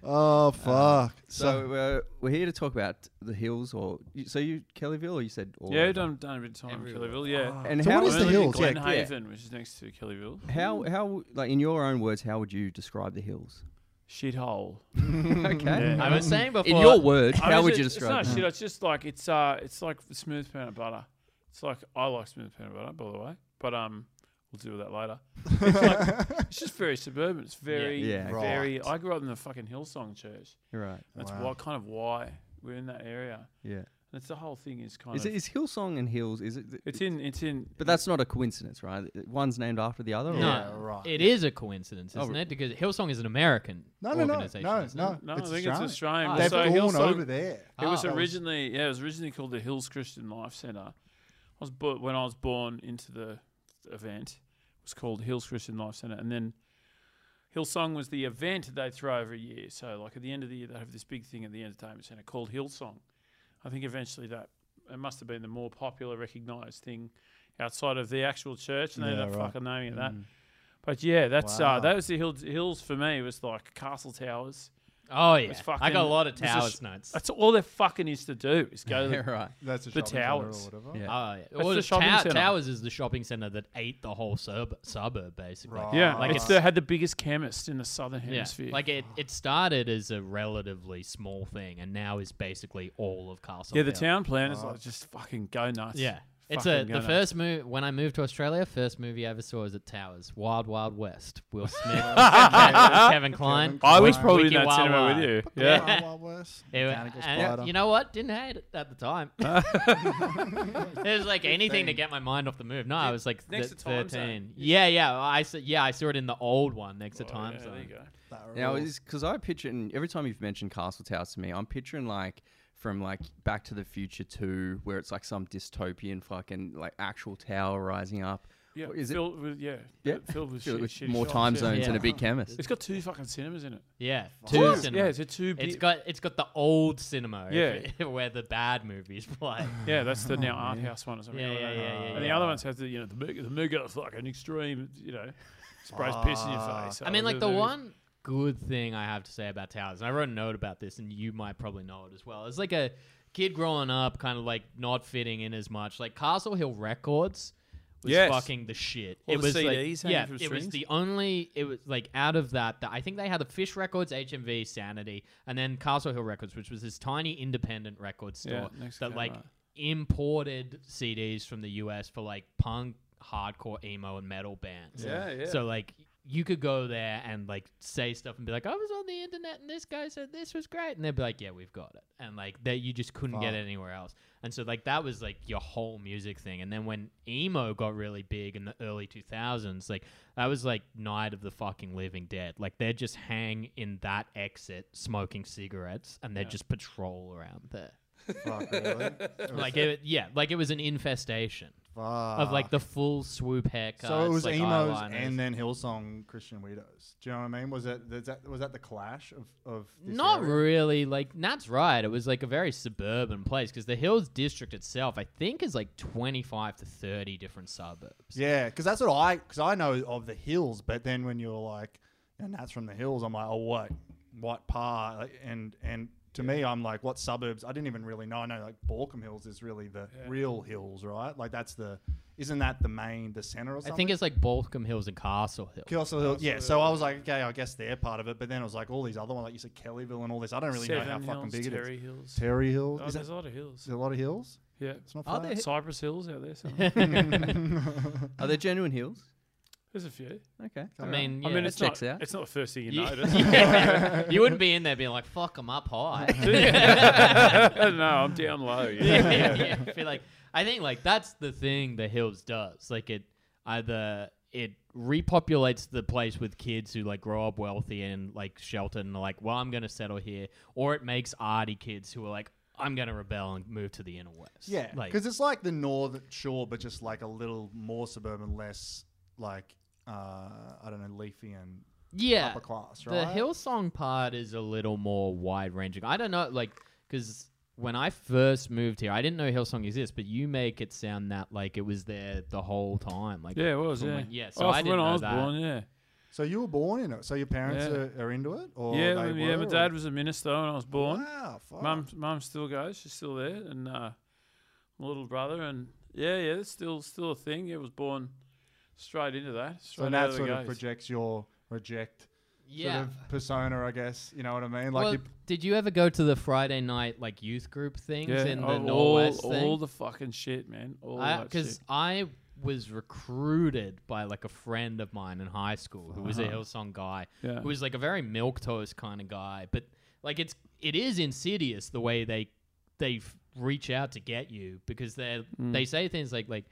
Speaker 4: oh fuck. so,
Speaker 1: So uh, we're here to talk about the hills, or you- so you Kellyville, or you said all
Speaker 2: Yeah,
Speaker 1: over?
Speaker 2: done done a bit of time in
Speaker 1: Everywhere.
Speaker 2: Kellyville. Yeah,
Speaker 1: And
Speaker 4: So
Speaker 1: how
Speaker 4: what is the
Speaker 2: Only
Speaker 4: hills? Yeah,
Speaker 2: Glen
Speaker 1: yeah.
Speaker 2: Haven, which is next to Kellyville.
Speaker 1: How how like in your own words, how would you describe the hills?
Speaker 2: Shithole.
Speaker 1: okay.
Speaker 2: Yeah.
Speaker 3: I was saying before.
Speaker 1: In your words,
Speaker 2: Uh, I
Speaker 1: how
Speaker 2: mean,
Speaker 1: would you
Speaker 2: it's-
Speaker 1: describe?
Speaker 2: It's
Speaker 1: it?
Speaker 2: not shit. It's just like it's uh, it's like the smooth peanut butter. It's like I like smooth peanut butter, by the way. But um, we'll deal with that later. It's, like, it's just very suburban. It's very,
Speaker 1: Yeah, okay.
Speaker 2: very.
Speaker 4: Right.
Speaker 2: I grew up in the fucking Hillsong Church.
Speaker 1: You're right.
Speaker 2: That's
Speaker 4: Wow.
Speaker 2: why kind of why we're in that area.
Speaker 1: Yeah.
Speaker 2: And it's the whole thing is kind
Speaker 1: Is
Speaker 2: of.
Speaker 1: it is Hillsong and Hills? Is it?
Speaker 2: it's in. It's in.
Speaker 1: But that's not a coincidence, right? One's named after the other.
Speaker 3: No,
Speaker 1: or-
Speaker 4: Yeah, right.
Speaker 3: it is a coincidence,
Speaker 1: Oh,
Speaker 3: isn't it? Because Hillsong is an American
Speaker 4: no, no, no,
Speaker 3: organization.
Speaker 4: no,
Speaker 3: isn't it?
Speaker 4: no.
Speaker 2: No,
Speaker 4: it's
Speaker 2: I think it's
Speaker 4: Australian.
Speaker 1: Ah.
Speaker 2: Australian.
Speaker 4: They've
Speaker 2: so
Speaker 4: gone
Speaker 2: Hillsong,
Speaker 4: over there.
Speaker 2: It was
Speaker 3: Ah.
Speaker 2: originally, yeah, it was originally called the Hills Christian Life Center. I was bo- when I was born into the event was called Hills Christian Life Center, and then Hillsong was the event that they throw every year. So like at the end of the year, they have this big thing at the entertainment center called Hillsong. I think eventually that it must have been the more popular, recognised thing outside of the actual church, and they ended
Speaker 3: Yeah,
Speaker 2: up
Speaker 3: right.
Speaker 2: fucking naming it that. But yeah, that's
Speaker 4: Wow.
Speaker 2: uh, that was the hills. Hills for me was like castle towers.
Speaker 3: Oh yeah,
Speaker 2: It's
Speaker 3: I
Speaker 2: fucking-
Speaker 3: got a lot of
Speaker 2: it's a sh-
Speaker 3: towers notes.
Speaker 2: That's all there fucking is to do is go to the
Speaker 1: Yeah, right.
Speaker 4: That's a
Speaker 2: The
Speaker 4: shopping centre
Speaker 2: towers.
Speaker 4: Or whatever.
Speaker 1: Yeah.
Speaker 2: uh,
Speaker 3: Oh, yeah. Well,
Speaker 2: the shopping
Speaker 3: Tow-
Speaker 2: centre.
Speaker 3: Towers is the shopping center that ate the whole sub- suburb, basically.
Speaker 4: Right.
Speaker 2: Yeah,
Speaker 4: Like
Speaker 2: like
Speaker 4: it's-
Speaker 2: it's the, had the biggest chemist in the southern
Speaker 3: Um, Yeah.
Speaker 2: hemisphere.
Speaker 3: Like it, it started as a relatively small thing, and now is basically all of Castle.
Speaker 2: yeah, the
Speaker 3: Hill.
Speaker 2: town plan is like just fucking go nuts.
Speaker 3: Uh, Yeah. It's a,
Speaker 2: Fucking go
Speaker 3: the
Speaker 2: nuts.
Speaker 3: first move when I moved to Australia. First movie I ever saw was at Towers, Wild Wild West. Will Smith, Kevin, Kevin Klein.
Speaker 4: Klein.
Speaker 2: I was
Speaker 4: Wow.
Speaker 2: probably
Speaker 3: Wiki
Speaker 2: in that
Speaker 3: Wow
Speaker 2: cinema
Speaker 3: Wow.
Speaker 2: with you. Yeah.
Speaker 4: Wild Wild West,
Speaker 3: It wa-
Speaker 4: Mechanical
Speaker 3: and
Speaker 4: Spider.
Speaker 3: you know what? Didn't hate it at the time. it was like anything to get my mind off the move. No, I was like
Speaker 2: Next
Speaker 3: th-
Speaker 2: to Time Zone.
Speaker 3: thirteen. Yeah, yeah. I s- yeah, I saw it in the old one next to
Speaker 2: Oh,
Speaker 3: Time
Speaker 2: yeah, there you
Speaker 3: Zone.
Speaker 2: go.
Speaker 4: That
Speaker 1: Now,
Speaker 4: rules.
Speaker 1: is because I picture, and every time you've mentioned Castle Towers to me, I'm picturing like from like Back to the Future 2, where it's like some dystopian fucking like actual tower rising up.
Speaker 2: Yeah,
Speaker 1: What is it?
Speaker 2: filled with yeah,
Speaker 1: Yeah.
Speaker 2: filled with,
Speaker 1: Filled
Speaker 2: shit,
Speaker 1: with
Speaker 2: shitty
Speaker 1: more
Speaker 2: shops,
Speaker 1: time
Speaker 2: yeah.
Speaker 1: zones
Speaker 3: Yeah.
Speaker 1: and a big chemist.
Speaker 2: It's got two fucking cinemas in it.
Speaker 3: Yeah,
Speaker 4: What?
Speaker 3: two
Speaker 4: Yeah,
Speaker 2: Yeah,
Speaker 3: cinema.
Speaker 2: it's a two.
Speaker 3: It's
Speaker 2: big-
Speaker 3: got it's got the old cinema. if
Speaker 2: Yeah.
Speaker 3: it- where the bad movies play.
Speaker 2: yeah, that's the now art house one or something.
Speaker 3: Yeah,
Speaker 2: I don't
Speaker 3: yeah,
Speaker 2: know.
Speaker 3: yeah, yeah,
Speaker 2: And the
Speaker 3: yeah.
Speaker 2: other ones have the you know the mega, the mega fucking extreme you know sprays piss in your face. Oh, So
Speaker 3: Ah. I mean, like
Speaker 2: they're-
Speaker 3: the
Speaker 2: they're-
Speaker 3: one good thing I have to say about towers, and I wrote a note about this, and you might probably know it as well. It's like a kid growing up, kind of like not fitting in as much. Like Castle Hill Records was
Speaker 2: Yes.
Speaker 3: fucking the shit.
Speaker 2: All
Speaker 3: it
Speaker 2: the
Speaker 3: was
Speaker 2: CDs
Speaker 3: like
Speaker 2: hanging
Speaker 3: yeah,
Speaker 2: from
Speaker 3: it was
Speaker 2: strings?
Speaker 3: the only. It was like out of that, that I think they had the Fish Records, HMV, Sanity, and then Castle Hill Records, which was this tiny independent record
Speaker 2: Yeah,
Speaker 3: store
Speaker 2: next to
Speaker 3: that like
Speaker 2: Kmart.
Speaker 3: imported CDs from the US for like punk, hardcore, emo, and metal bands.
Speaker 2: Yeah, yeah.
Speaker 3: So like you could go there and like say stuff and be like, I was on the internet and this guy said this was great, and they'd be like, Yeah, we've got it, and like that you just couldn't get
Speaker 4: Fuck.
Speaker 3: it anywhere else. And so like that was like your whole music thing. And then when emo got really big in the early two thousands, like that was like Night of the Fucking Living Dead. Like they'd just hang in that exit smoking cigarettes and they'd just patrol around there
Speaker 4: Fuck, really? It was-
Speaker 3: like it, yeah, like it was an infestation of like the full swoop haircut.
Speaker 4: So it was
Speaker 3: like
Speaker 4: emos
Speaker 3: eyeliners.
Speaker 4: and then Hillsong Christian Weirdos. Do you know what I mean? Was that was that, was that the clash of of this
Speaker 3: not
Speaker 4: area?
Speaker 3: really like Nat's right. It was like a very suburban place because the Hills district itself, I think, is like twenty five to thirty different suburbs.
Speaker 4: Yeah, because that's what I because I know of the hills, but then when you're like, and that's from the hills, I'm like, oh what, what part? Like, and and to me, I'm like, what suburbs? I didn't even really know. I know like Borkham Hills is really the real hills, right? Like that's the, isn't that the main the center or
Speaker 3: I
Speaker 4: something?
Speaker 3: think it's like Balcombe Hills and Castle Hill.
Speaker 4: Kelso Hill. Yeah, so I was like, okay, I guess they're part of it, but then it was like all these other ones, like you said, Kellyville and all this. I don't really know how
Speaker 2: Seven
Speaker 4: fucking
Speaker 2: Hills,
Speaker 4: big it
Speaker 2: Terry
Speaker 4: is.
Speaker 2: Hills.
Speaker 4: Terry Hill.
Speaker 2: Oh,
Speaker 4: is, that,
Speaker 2: there's
Speaker 4: is
Speaker 2: a Oh, lot of hills.
Speaker 4: there a lot of hills?
Speaker 2: Yeah.
Speaker 4: It's not
Speaker 3: Are
Speaker 4: flat.
Speaker 3: there-
Speaker 2: Cypress Hills out there. somewhere.
Speaker 1: Are there genuine hills?
Speaker 2: There's a few.
Speaker 1: Okay.
Speaker 3: I mean,
Speaker 2: I mean,
Speaker 3: yeah.
Speaker 2: it's
Speaker 1: that
Speaker 2: not,
Speaker 1: checks out.
Speaker 2: it's not the first thing you
Speaker 3: Yeah.
Speaker 2: notice.
Speaker 3: Yeah. you wouldn't be in there being like, "Fuck, I'm up high."
Speaker 2: no, I'm down low. Yeah.
Speaker 3: yeah, yeah. Feel like I think like that's the thing the hills does. Like it either it repopulates the place with kids who like grow up wealthy and like sheltered and are like, well, I'm gonna settle here, or it makes arty kids who are like, I'm gonna rebel and move to the inner west.
Speaker 4: Yeah, because
Speaker 3: like
Speaker 4: it's like the northern shore, but just like a little more suburban, less like uh, I don't know, leafy and
Speaker 3: yeah,
Speaker 4: upper class,
Speaker 3: The
Speaker 4: right?
Speaker 3: Hillsong part is a little more wide ranging. I don't know, like, because when I first moved here, I didn't know Hillsong exists, but you make it sound that like it was there the whole time. Like,
Speaker 2: Yeah, it was.
Speaker 3: from
Speaker 2: Yeah.
Speaker 3: when- yeah, so
Speaker 2: oh,
Speaker 3: I
Speaker 2: from
Speaker 3: didn't
Speaker 2: when
Speaker 3: know
Speaker 2: I was
Speaker 3: that.
Speaker 2: born, yeah.
Speaker 4: So you were born in it. So your parents
Speaker 2: Yeah.
Speaker 4: are, are into it, or
Speaker 2: yeah,
Speaker 4: they
Speaker 2: my- yeah.
Speaker 4: were,
Speaker 2: My
Speaker 4: or-
Speaker 2: dad was a minister when I was born.
Speaker 4: Wow, fuck.
Speaker 2: Mum, mum still goes. She's still there, and uh, my little brother, and yeah, yeah. It's still, still a thing. It was born straight into that. Straight
Speaker 4: so
Speaker 2: out
Speaker 4: that
Speaker 2: of the
Speaker 4: sort of
Speaker 2: gates.
Speaker 4: projects your reject
Speaker 3: yeah.
Speaker 4: sort of persona, I guess. You know what I mean? Like
Speaker 3: well,
Speaker 4: you,
Speaker 3: did you ever go to the Friday night like youth group things
Speaker 2: yeah,
Speaker 3: in the
Speaker 2: oh,
Speaker 3: Norwest
Speaker 2: all,
Speaker 3: thing?
Speaker 2: all the fucking shit, man. All that shit.
Speaker 3: because I was recruited by like a friend of mine in high school who was a Hillsong guy,
Speaker 2: Uh-huh. Yeah.
Speaker 3: who was like a very milk toast kind of guy. But like it's it is insidious the way they they f- reach out to get you because they
Speaker 2: Mm.
Speaker 3: they say things like like.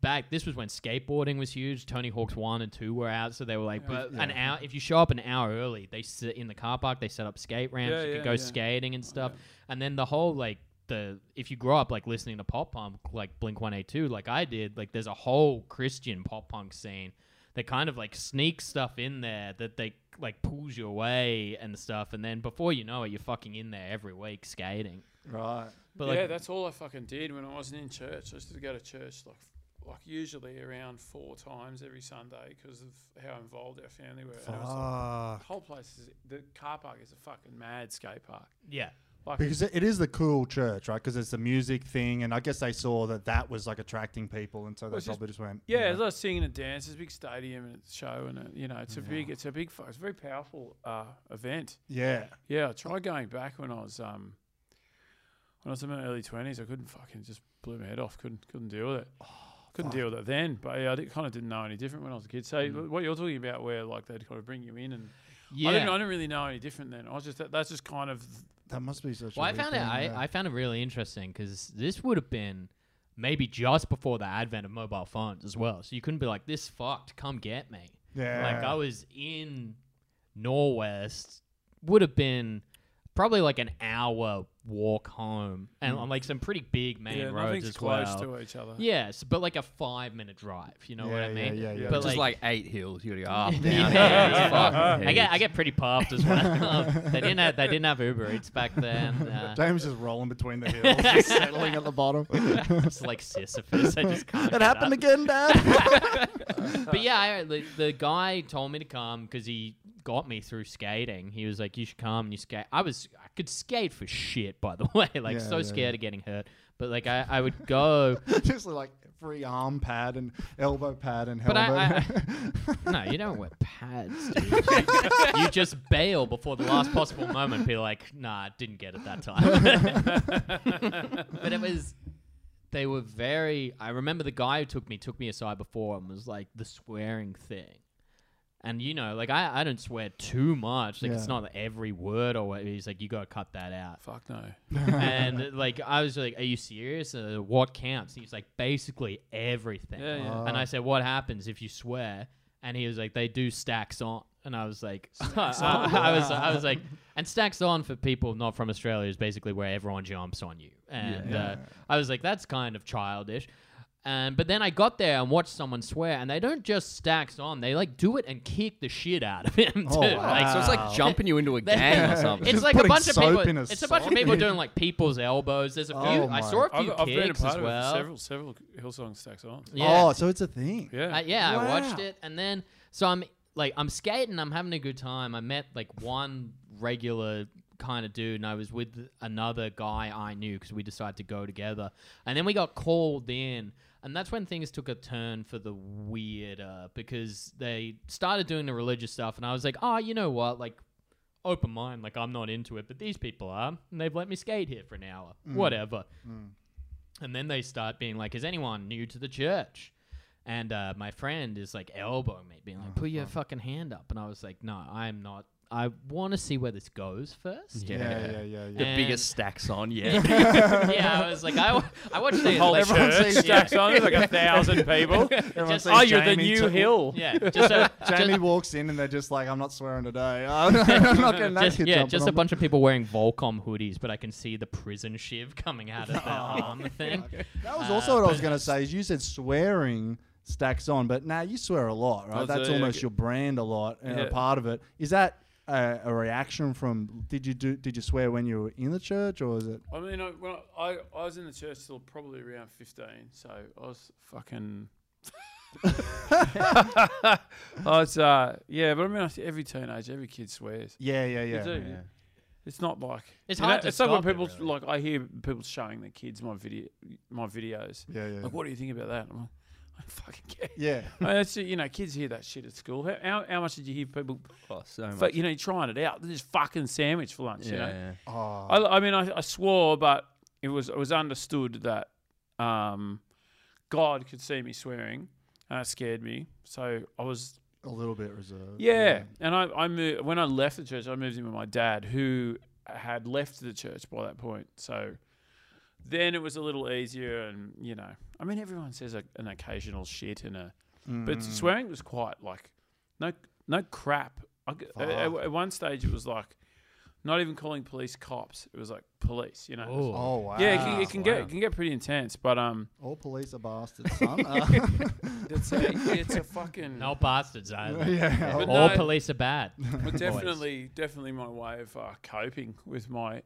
Speaker 3: Back, this was when skateboarding was huge. Tony Hawk's one and two were out, so they were like, "But an hour. If you show up an hour early, they sit in the car park. They set up skate ramps.
Speaker 2: Yeah,
Speaker 3: you
Speaker 2: yeah,
Speaker 3: could go
Speaker 2: yeah.
Speaker 3: skating and stuff." And then the whole like the if you grow up like listening to pop punk like Blink One Eight Two like I did, like there's a whole Christian pop punk scene that kind of like sneaks stuff in there that they like pulls you away and stuff, and then before you know it, you're fucking in there every week skating.
Speaker 4: Right.
Speaker 3: But like,
Speaker 2: yeah, that's all I fucking did when I wasn't in church. I used to go to church like like usually around four times every Sunday because of how involved our family were. And I was like,
Speaker 4: Fuck.
Speaker 2: the whole place is the car park is a fucking mad skate park.
Speaker 3: yeah.
Speaker 2: Like
Speaker 4: Because it, it is the cool church, right? Because it's the music thing, and I guess they saw that that was like attracting people, and so they
Speaker 2: it's just-
Speaker 4: probably just went.
Speaker 2: yeah,
Speaker 4: you know.
Speaker 2: there's a lot of singing and dance. There's a big stadium and it's show and a, you know it's a big it's a big fu- it's a very powerful uh, event.
Speaker 4: yeah.
Speaker 2: Yeah, I tried going back when I was um when I was in my early twenties. I couldn't fucking just blew my head off. Couldn't couldn't deal with it.
Speaker 3: Oh,
Speaker 2: couldn't deal with it then. But yeah, I did, kind of didn't know any different when I was a kid. So what you're talking about, where like they'd kind of bring you in, and
Speaker 3: Mm. Yeah.
Speaker 2: I didn't I didn't really know any different then. I was just that, that's just kind of
Speaker 4: That must be such.
Speaker 3: Well,
Speaker 4: a
Speaker 3: I
Speaker 4: weird
Speaker 3: found it.
Speaker 4: thing,
Speaker 3: I,
Speaker 4: yeah.
Speaker 3: I found it really interesting because this would have been maybe just before the advent of mobile phones as well. So you couldn't be like, "This fucked, come get me."
Speaker 4: yeah.
Speaker 3: Like I was in Norwest, would have been probably like an hour walk home, and
Speaker 4: Hmm.
Speaker 3: on like some pretty big main
Speaker 2: yeah,
Speaker 3: roads
Speaker 2: nothing's
Speaker 3: as
Speaker 2: close
Speaker 3: well.
Speaker 2: to each other.
Speaker 3: Yes, but like a five minute drive. You know what
Speaker 4: Yeah,
Speaker 3: I
Speaker 4: yeah,
Speaker 3: mean?
Speaker 4: yeah, yeah.
Speaker 3: But
Speaker 1: Just like, eight hills. You go "Ah, up, down,
Speaker 3: Yeah.
Speaker 1: down,
Speaker 3: Yeah.
Speaker 1: fucking
Speaker 3: I get I
Speaker 1: heaps.
Speaker 3: get pretty puffed as well. Um, they didn't have, they didn't have Uber Eats back then. Uh,
Speaker 4: James is rolling between the hills, just settling at the bottom.
Speaker 3: It's like Sisyphus. I just can't.
Speaker 4: it
Speaker 3: get up.
Speaker 4: happened again, Dad.
Speaker 3: But yeah, I, the, the guy told me to come because he got me through skating. He was like, "You should come and you skate." I was I could skate for shit, by the way. Like
Speaker 4: Yeah,
Speaker 3: so
Speaker 4: yeah,
Speaker 3: scared of getting hurt. But like I, I would go.
Speaker 4: just like free arm pad and elbow pad and
Speaker 3: But
Speaker 4: helmet.
Speaker 3: I- no, you don't wear pads. Dude. you just bail before the last possible moment. Be like, "Nah, didn't get it that time." but it was. They were very. I remember the guy who took me took me aside before and was like the swearing thing. And you know, like I, I don't swear too much. Like
Speaker 4: Yeah.
Speaker 3: it's not every word or what. He's like, you gotta cut that out.
Speaker 2: Fuck no.
Speaker 3: and like I was like, are you serious? Uh, what counts? He's like, basically everything.
Speaker 2: Yeah, yeah.
Speaker 3: And I said, what happens if you swear? And he was like, they do stacks on. And I was like, I, I was, I was like, and stacks on for people not from Australia is basically where everyone jumps on you. And uh, I was like, that's kind of childish. Um, but then I got there and watched someone swear, and they don't just stacks on; they like do it and kick the shit out of him too.
Speaker 4: Oh,
Speaker 3: Like,
Speaker 1: So it's like jumping you into a gang or something.
Speaker 3: it's
Speaker 4: Just
Speaker 3: like a
Speaker 4: putting
Speaker 3: bunch of
Speaker 4: soap
Speaker 3: people.
Speaker 4: in a
Speaker 3: It's a bunch of
Speaker 4: sock.
Speaker 3: people doing like people's elbows. There's a few.
Speaker 4: Oh
Speaker 3: I
Speaker 4: my.
Speaker 3: saw a
Speaker 2: I've,
Speaker 3: few
Speaker 2: I've been a
Speaker 3: kicks
Speaker 2: part
Speaker 3: as
Speaker 2: of
Speaker 3: well.
Speaker 2: it. Several several Hillsong stacks on.
Speaker 3: Yeah,
Speaker 4: Oh, so it's a thing.
Speaker 2: Yeah.
Speaker 3: I, yeah. I watched
Speaker 4: Wow.
Speaker 3: it, and then so I'm like I'm skating. I'm having a good time. I met like one regular kind of dude, and I was with another guy I knew because we decided to go together, and then we got called in. And that's when things took a turn for the weirder because they started doing the religious stuff, and I was like, oh, you know what? Like, open mind. Like I'm not into it, but these people are, and they've let me skate here for an hour.
Speaker 4: Mm.
Speaker 3: Whatever. And then they start being like, "Is anyone new to the church?" And uh, my friend is like elbowing me, being like,
Speaker 4: Oh,
Speaker 3: "Put your fucking hand up." And I was like, "No, I'm not. I want to see where this goes first.
Speaker 1: Yeah.
Speaker 4: Yeah, yeah, yeah, yeah.
Speaker 1: the
Speaker 3: And-
Speaker 1: biggest stacks on. Yeah.
Speaker 3: yeah, I was like, I, wa- I watched the
Speaker 2: Whole
Speaker 3: like,
Speaker 4: everyone
Speaker 2: church
Speaker 4: sees-
Speaker 2: stacks on. There's like a thousand people.
Speaker 4: Everyone
Speaker 3: Just-
Speaker 4: sees
Speaker 2: oh, you're the
Speaker 4: Jamie
Speaker 2: new
Speaker 4: too.
Speaker 2: hill.
Speaker 3: yeah, just a,
Speaker 4: Jamie
Speaker 3: just,
Speaker 4: walks in and they're just like, "I'm not swearing today. I'm not getting that
Speaker 3: just-
Speaker 4: kid
Speaker 3: yeah,
Speaker 4: jumping
Speaker 3: just
Speaker 4: on
Speaker 3: a
Speaker 4: me."
Speaker 3: bunch of people wearing Volcom hoodies, but I can see the prison shiv coming out of their
Speaker 2: Oh,
Speaker 3: arm thing.
Speaker 4: That was
Speaker 3: Uh,
Speaker 4: also what I was
Speaker 3: but-
Speaker 4: going to say. Is you said swearing stacks on, but now you swear a lot, right?
Speaker 2: Well,
Speaker 4: That's
Speaker 2: so, yeah,
Speaker 4: almost
Speaker 2: g-
Speaker 4: your brand a lot and a
Speaker 2: Yeah.
Speaker 4: part of it. Is that a, a reaction from? Did you do? Did you swear when you were in the church, or is it?
Speaker 2: I mean, I, when I, I, I was in the church till probably around 15, so I was fucking. I was, uh, yeah, but I mean, I think every teenager, every kid swears.
Speaker 4: Yeah, yeah, yeah.
Speaker 2: do, yeah. It's not like
Speaker 3: It's
Speaker 2: you
Speaker 3: hard to
Speaker 2: it's like when
Speaker 3: stop it,
Speaker 2: people
Speaker 3: really.
Speaker 2: like I hear people showing their kids my video, my videos.
Speaker 4: Yeah, yeah.
Speaker 2: Like, what do you think about that? I'm like, I don't fucking care.
Speaker 4: Yeah.
Speaker 2: I mean, that's, you know, kids hear that shit at school. How, how, how much did you hear people?
Speaker 1: Oh, so much.
Speaker 2: But you know, trying it out. This fucking sandwich for lunch.
Speaker 1: yeah,
Speaker 2: You know,
Speaker 1: yeah.
Speaker 4: Oh,
Speaker 2: I, I mean, I, I swore, but it was it was understood that um, God could see me swearing, and it scared me. So I was
Speaker 4: a little bit reserved.
Speaker 2: yeah. And I I moved, when I left the church, I moved in with my dad, who had left the church by that point. So then it was a little easier, and you know, I mean, everyone says a, an occasional shit and a,
Speaker 4: Hmm.
Speaker 2: but
Speaker 4: Mm-hmm.
Speaker 2: swearing was quite like no no crap. I g at, at- at one stage, it was like Not even calling police cops. It was like police, you know. It was-
Speaker 3: Ooh.
Speaker 4: Oh wow.
Speaker 2: Yeah, it can, it can get it can get pretty intense, but um,
Speaker 4: All police are bastards, son. Uh,
Speaker 2: it's a, it's a fucking
Speaker 3: No bastards either.
Speaker 4: yeah.
Speaker 2: But
Speaker 3: All
Speaker 2: no,
Speaker 3: police are bad.
Speaker 2: But
Speaker 3: Always.
Speaker 2: definitely, definitely my way of uh, coping with my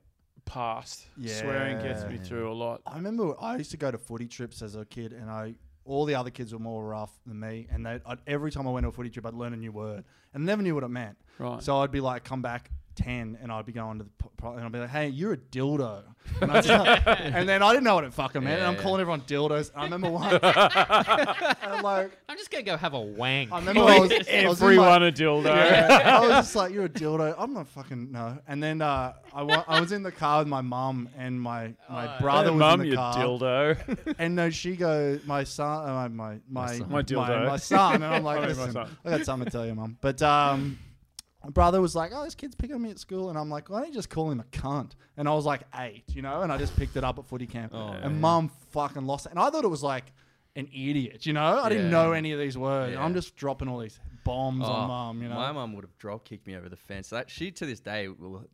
Speaker 2: past. Swearing gets
Speaker 4: Yeah.
Speaker 2: me through a lot.
Speaker 4: I remember I used to go to footy trips as a kid, and I all the other kids were more rough than me, and they I'd, every time I went to a footy trip, I'd learn a new word and never knew what it meant.
Speaker 2: Right.
Speaker 4: So I'd be like, come back. 10 and I'd be going to the p- pro- and I'd be like, hey, you're a dildo. And, I'd just- and then I didn't know what it fucking meant.
Speaker 1: Yeah,
Speaker 4: and I'm
Speaker 1: yeah.
Speaker 4: calling everyone dildos. I remember one. and like,
Speaker 3: I'm just gonna go have a wank.
Speaker 4: I remember I was, I was in my-
Speaker 2: Everyone a dildo.
Speaker 4: yeah. I was just like, "You're a dildo." I'm not fucking no. And then uh, I wa- I was in the car with my mum and my my
Speaker 1: Oh.
Speaker 4: brother was
Speaker 2: mum,
Speaker 4: in
Speaker 2: you
Speaker 4: the car.
Speaker 2: dildo.
Speaker 4: And no, she goes, "My son, uh, my my my
Speaker 1: son.
Speaker 2: My dildo.
Speaker 4: my, my son." And I'm like,
Speaker 2: I mean, my
Speaker 4: "Listen,
Speaker 2: son.
Speaker 4: I got something to tell you, mum." But um, my brother was like, "Oh, this kid's picking on me at school," and I'm like, "Why don't you just call him a cunt?" And I was like eight, you know, and I just picked it up at footy camp,
Speaker 1: Oh,
Speaker 4: and
Speaker 1: man.
Speaker 4: mum fucking lost it. And I thought it was like. An idiot, you know. I didn't
Speaker 1: Yeah.
Speaker 4: know any of these words.
Speaker 1: Yeah.
Speaker 4: I'm just dropping all these bombs
Speaker 1: Oh,
Speaker 4: on mum, you know.
Speaker 1: My mum would have drop kicked me over the fence. That she to this day will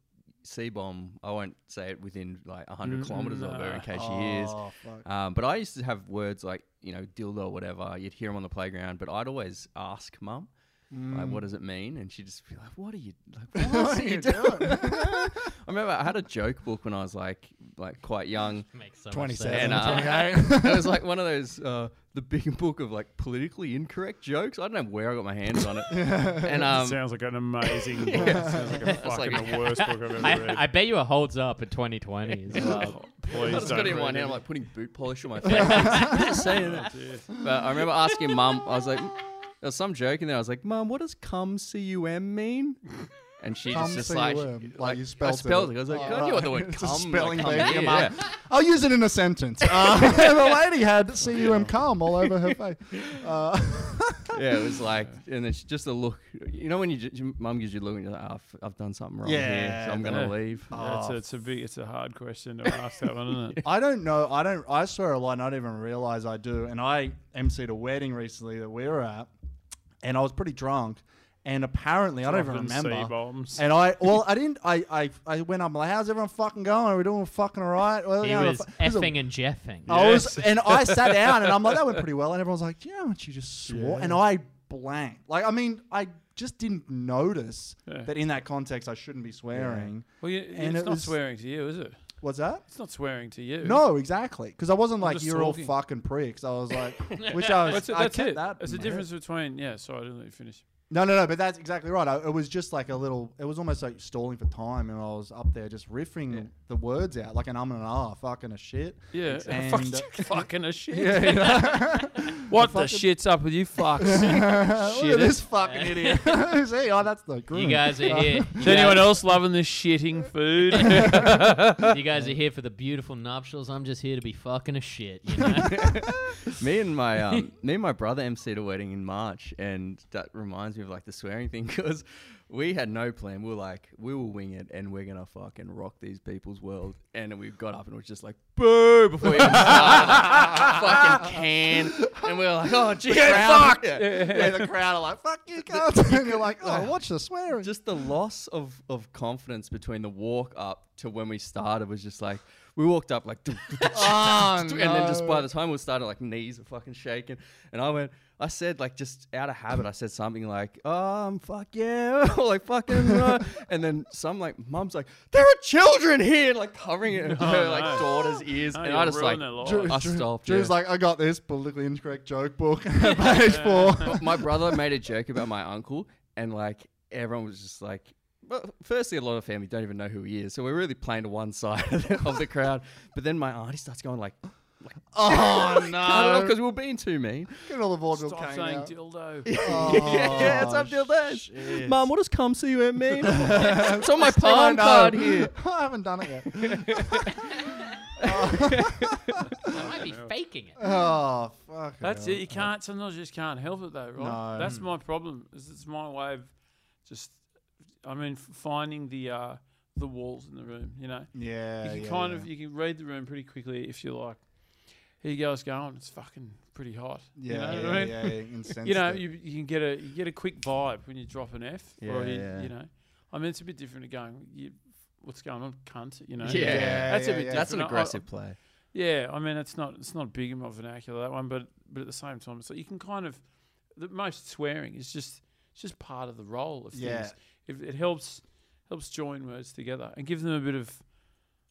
Speaker 1: C bomb. I won't say it within like hundred kilometers of her in case she hears.
Speaker 4: Oh, fuck.
Speaker 1: Um, but I used to have words like you know dildo or whatever. You'd hear them on the playground, but I'd always ask mum. Like, what does it mean? And she'd just be like, "What are you? Like, what
Speaker 4: Mm. What
Speaker 1: else
Speaker 4: are
Speaker 1: are you
Speaker 4: you
Speaker 1: doing?" I remember I had a joke book when I was like, like quite young,
Speaker 3: Makes so much sense.
Speaker 4: 27,
Speaker 1: And, uh,
Speaker 4: 28.
Speaker 1: it was like one of those uh, the big book of like politically incorrect jokes. I don't know where I got my hands on it. and um,
Speaker 2: sounds like an amazing book. Sounds like a fucking
Speaker 1: like-
Speaker 2: the worst book I've ever read.
Speaker 3: I, I bet you it holds up in 2020 as well.
Speaker 1: I
Speaker 2: Please
Speaker 1: just
Speaker 2: don't
Speaker 1: got it in
Speaker 2: read
Speaker 1: my hand.
Speaker 2: it.
Speaker 1: I'm like putting boot polish on my face. Just saying that. But I remember asking mum. I was like, there was some joke in there. I was like, mum, what does cum c u m mean? And she
Speaker 4: Cum,
Speaker 1: just, just like,
Speaker 4: C-U-M, like you
Speaker 1: I
Speaker 4: spelled
Speaker 1: spelled
Speaker 4: it.
Speaker 1: it. I was like,
Speaker 4: Oh,
Speaker 1: God, you know the
Speaker 4: right.
Speaker 1: word
Speaker 4: It's a
Speaker 1: cum. like,
Speaker 4: spelling
Speaker 1: cum
Speaker 4: bee,
Speaker 1: here,
Speaker 4: your mum.
Speaker 1: yeah.
Speaker 4: I'll use it in a sentence. Uh, and the lady had cum cum all over her face. Uh,
Speaker 1: yeah, it was like, and it's just a look. You know when you, ju- your mum gives you a look and you're like, oh, f- I've done something wrong here,
Speaker 4: Yeah,
Speaker 1: so I'm gonna
Speaker 2: yeah.
Speaker 1: leave.
Speaker 2: Yeah,
Speaker 4: Ah.
Speaker 2: it's, a, it's a big, it's a hard question to ask that one, isn't it?
Speaker 4: I don't know. I don't. I swear a lot. and I don't even realize I do. And I emceed a wedding recently that we were at, and I was pretty drunk. And apparently, I don't even
Speaker 2: Dropping
Speaker 4: remember.
Speaker 2: C-bombs.
Speaker 4: And I, well, I didn't. I, I, I went up. I'm like, "How's everyone fucking going? Are we doing fucking all right?" Well,
Speaker 3: He
Speaker 4: you know, Oh, the
Speaker 3: was
Speaker 4: fu- this is a- Oh,
Speaker 3: effing and jeffing.
Speaker 4: I was, and I sat down, and I'm like, that went pretty well. And everyone's like, do you know how much you just swore? And I blanked. Like, I mean, I just didn't notice
Speaker 2: Yeah.
Speaker 4: that in that context, I shouldn't be swearing.
Speaker 2: Well, you,
Speaker 4: and
Speaker 2: it's
Speaker 4: it
Speaker 2: not
Speaker 4: was-
Speaker 2: swearing to you, is it?
Speaker 4: What's that?
Speaker 2: It's not swearing to you.
Speaker 4: No, exactly. Because I wasn't like,
Speaker 2: just
Speaker 4: you're all
Speaker 2: talking.
Speaker 4: fucking pricks. I was like, which I was.
Speaker 2: That's it.
Speaker 4: I
Speaker 2: That's
Speaker 4: kept
Speaker 2: it.
Speaker 4: That
Speaker 2: It's the
Speaker 4: in my head.
Speaker 2: difference between. Yeah, sorry, I didn't let you finish.
Speaker 4: No, no, no. But that's exactly right. I, it was just like a little. It was almost like stalling for time, and I was up there just riffing the words out like an um and an ah, fucking a shit.
Speaker 2: Yeah,
Speaker 4: And- uh,
Speaker 2: fucking, fucking a shit.
Speaker 4: Yeah, you know?
Speaker 2: What the shit's up with you fucks?
Speaker 4: Look at this fucking idiot. Who's he? Oh, that's the groom.
Speaker 3: You guys
Speaker 4: Oh.
Speaker 3: are here. You
Speaker 2: Is anyone
Speaker 3: guys-
Speaker 2: else loving this shitting food?
Speaker 3: You guys are here for the beautiful nuptials. I'm just here to be fucking a shit. You know?
Speaker 1: me and my um, me and my brother emceed a wedding in March, and that reminds me of like the swearing thing because we had no plan. We were like, we will wing it, and we're gonna fucking rock these people's world. And then we got up and it was just like, boo before we even started, fucking can. And we were like, oh gee, fuck.
Speaker 4: yeah, the crowd are like, "Fuck you, cunts," and you're like, "Oh, watch the swearing."
Speaker 1: Just the loss of of confidence between the walk up to when we started was just like. We walked up like,
Speaker 4: oh,
Speaker 1: and
Speaker 4: no.
Speaker 1: then just by the time we started, like knees were fucking shaking, and I went, I said like just out of habit, I said something like, um, fuck yeah, or like fucking, uh, and then some like mum's like, there are children here, like covering it,
Speaker 4: Oh,
Speaker 1: with her like
Speaker 2: no.
Speaker 1: daughter's ears,
Speaker 2: No,
Speaker 1: and
Speaker 2: you'll
Speaker 1: I just
Speaker 2: ruin
Speaker 1: like,
Speaker 2: their lives.
Speaker 4: Drew,
Speaker 1: I
Speaker 4: Drew-
Speaker 1: stopped.
Speaker 4: Drew's
Speaker 1: yeah.
Speaker 4: like, "I got this politically incorrect joke book, page four.
Speaker 1: my brother made a joke about my uncle, and like everyone was just like, well, firstly, a lot of family don't even know who he is, so we're really playing to one side of the crowd. But then my auntie starts going like,
Speaker 4: Oh
Speaker 1: because
Speaker 4: no!
Speaker 1: we were being too mean.
Speaker 4: Get all the vaudeville
Speaker 2: Stop
Speaker 4: cane
Speaker 2: saying
Speaker 4: out.
Speaker 2: dildo.
Speaker 4: Oh,
Speaker 1: yeah, yeah, it's up till dash.
Speaker 4: shit.
Speaker 1: Mum, what does cum see you and me? it's on my
Speaker 4: Still
Speaker 1: palm
Speaker 4: don't know.
Speaker 1: card here.
Speaker 4: I haven't done it yet.
Speaker 3: I might be faking it.
Speaker 4: Oh fuck!
Speaker 2: That's it. You can't. Sometimes you just can't help it though, right?
Speaker 4: No.
Speaker 2: That's my problem. Is it's my way of just. I mean, f- finding the uh, the walls in the room. You know,
Speaker 4: Yeah,
Speaker 2: you can
Speaker 4: yeah,
Speaker 2: kind
Speaker 4: yeah.
Speaker 2: of you can read the room pretty quickly if you like. Here you guys going. It's fucking pretty hot.
Speaker 4: Yeah,
Speaker 2: you know
Speaker 4: yeah,
Speaker 2: what I mean?
Speaker 4: yeah, you can sense
Speaker 2: you know,
Speaker 4: it.
Speaker 2: you, you can get a you get a quick vibe when you drop an F, or
Speaker 4: Yeah,
Speaker 2: you,
Speaker 4: yeah.
Speaker 2: you know, I mean it's a bit different to going. You, what's going on, cunt. You know,
Speaker 1: Yeah.
Speaker 2: that's a
Speaker 4: yeah,
Speaker 2: bit.
Speaker 4: yeah.
Speaker 1: That's an
Speaker 2: different. I- I-
Speaker 1: aggressive play.
Speaker 2: yeah, I mean it's not it's not big in my vernacular that one, but but at the same time, it's like you can kind of the most swearing is just it's just part of the role of
Speaker 4: Yeah.
Speaker 2: things. If it helps helps join words together and give them a bit of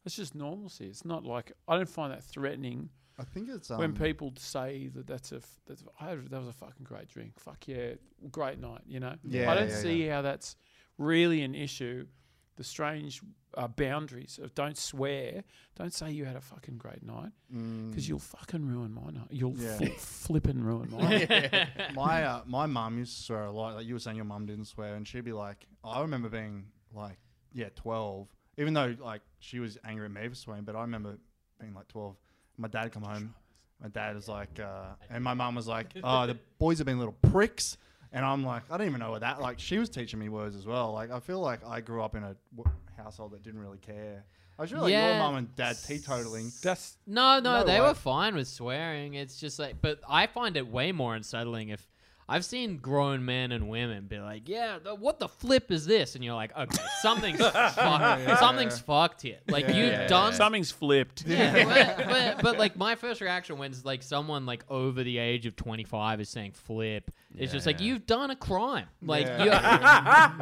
Speaker 2: it's just normalcy. It's not like I don't find that threatening
Speaker 4: I think it's um,
Speaker 2: when people say that that's a f- that's I had, that was a fucking great drink. Fuck yeah, great night. You know,
Speaker 4: Yeah,
Speaker 2: I don't
Speaker 4: yeah,
Speaker 2: see how that's really an issue. The strange uh, boundaries of don't swear, don't say you had a fucking great night
Speaker 4: mm,
Speaker 2: because you'll fucking ruin my night. You'll
Speaker 4: Yeah.
Speaker 2: fli flipping ruin my night.
Speaker 4: my uh, my mum used to swear a lot. Like you were saying, your mum didn't swear, and she'd be like, I remember being like, yeah, twelve. Even though like she was angry at me for swearing, but I remember being like twelve. My dad come home. My dad was like, uh, and my mum was like, oh, the boys have been little pricks. And I'm like, I don't even know what that. Like, she was teaching me words as well. Like, I feel like I grew up in a w- household that didn't really care. I was really like your
Speaker 3: Yeah.
Speaker 4: mum and dad teetotaling.
Speaker 2: That's
Speaker 3: No, no,
Speaker 4: No
Speaker 3: they
Speaker 4: way.
Speaker 3: were fine with swearing. It's just like, but I find it way more unsettling if I've seen grown men and women be like, "Yeah, the, what the flip is this?" And you're like, "Okay, something's fucked. Something's fucked here. Like you've done
Speaker 2: something's flipped.
Speaker 3: yeah, but, but, but like my first reaction when like someone like over the age of 25 is saying flip it's just like
Speaker 1: Yeah.
Speaker 3: you've done a crime like
Speaker 4: Yeah.
Speaker 3: you're,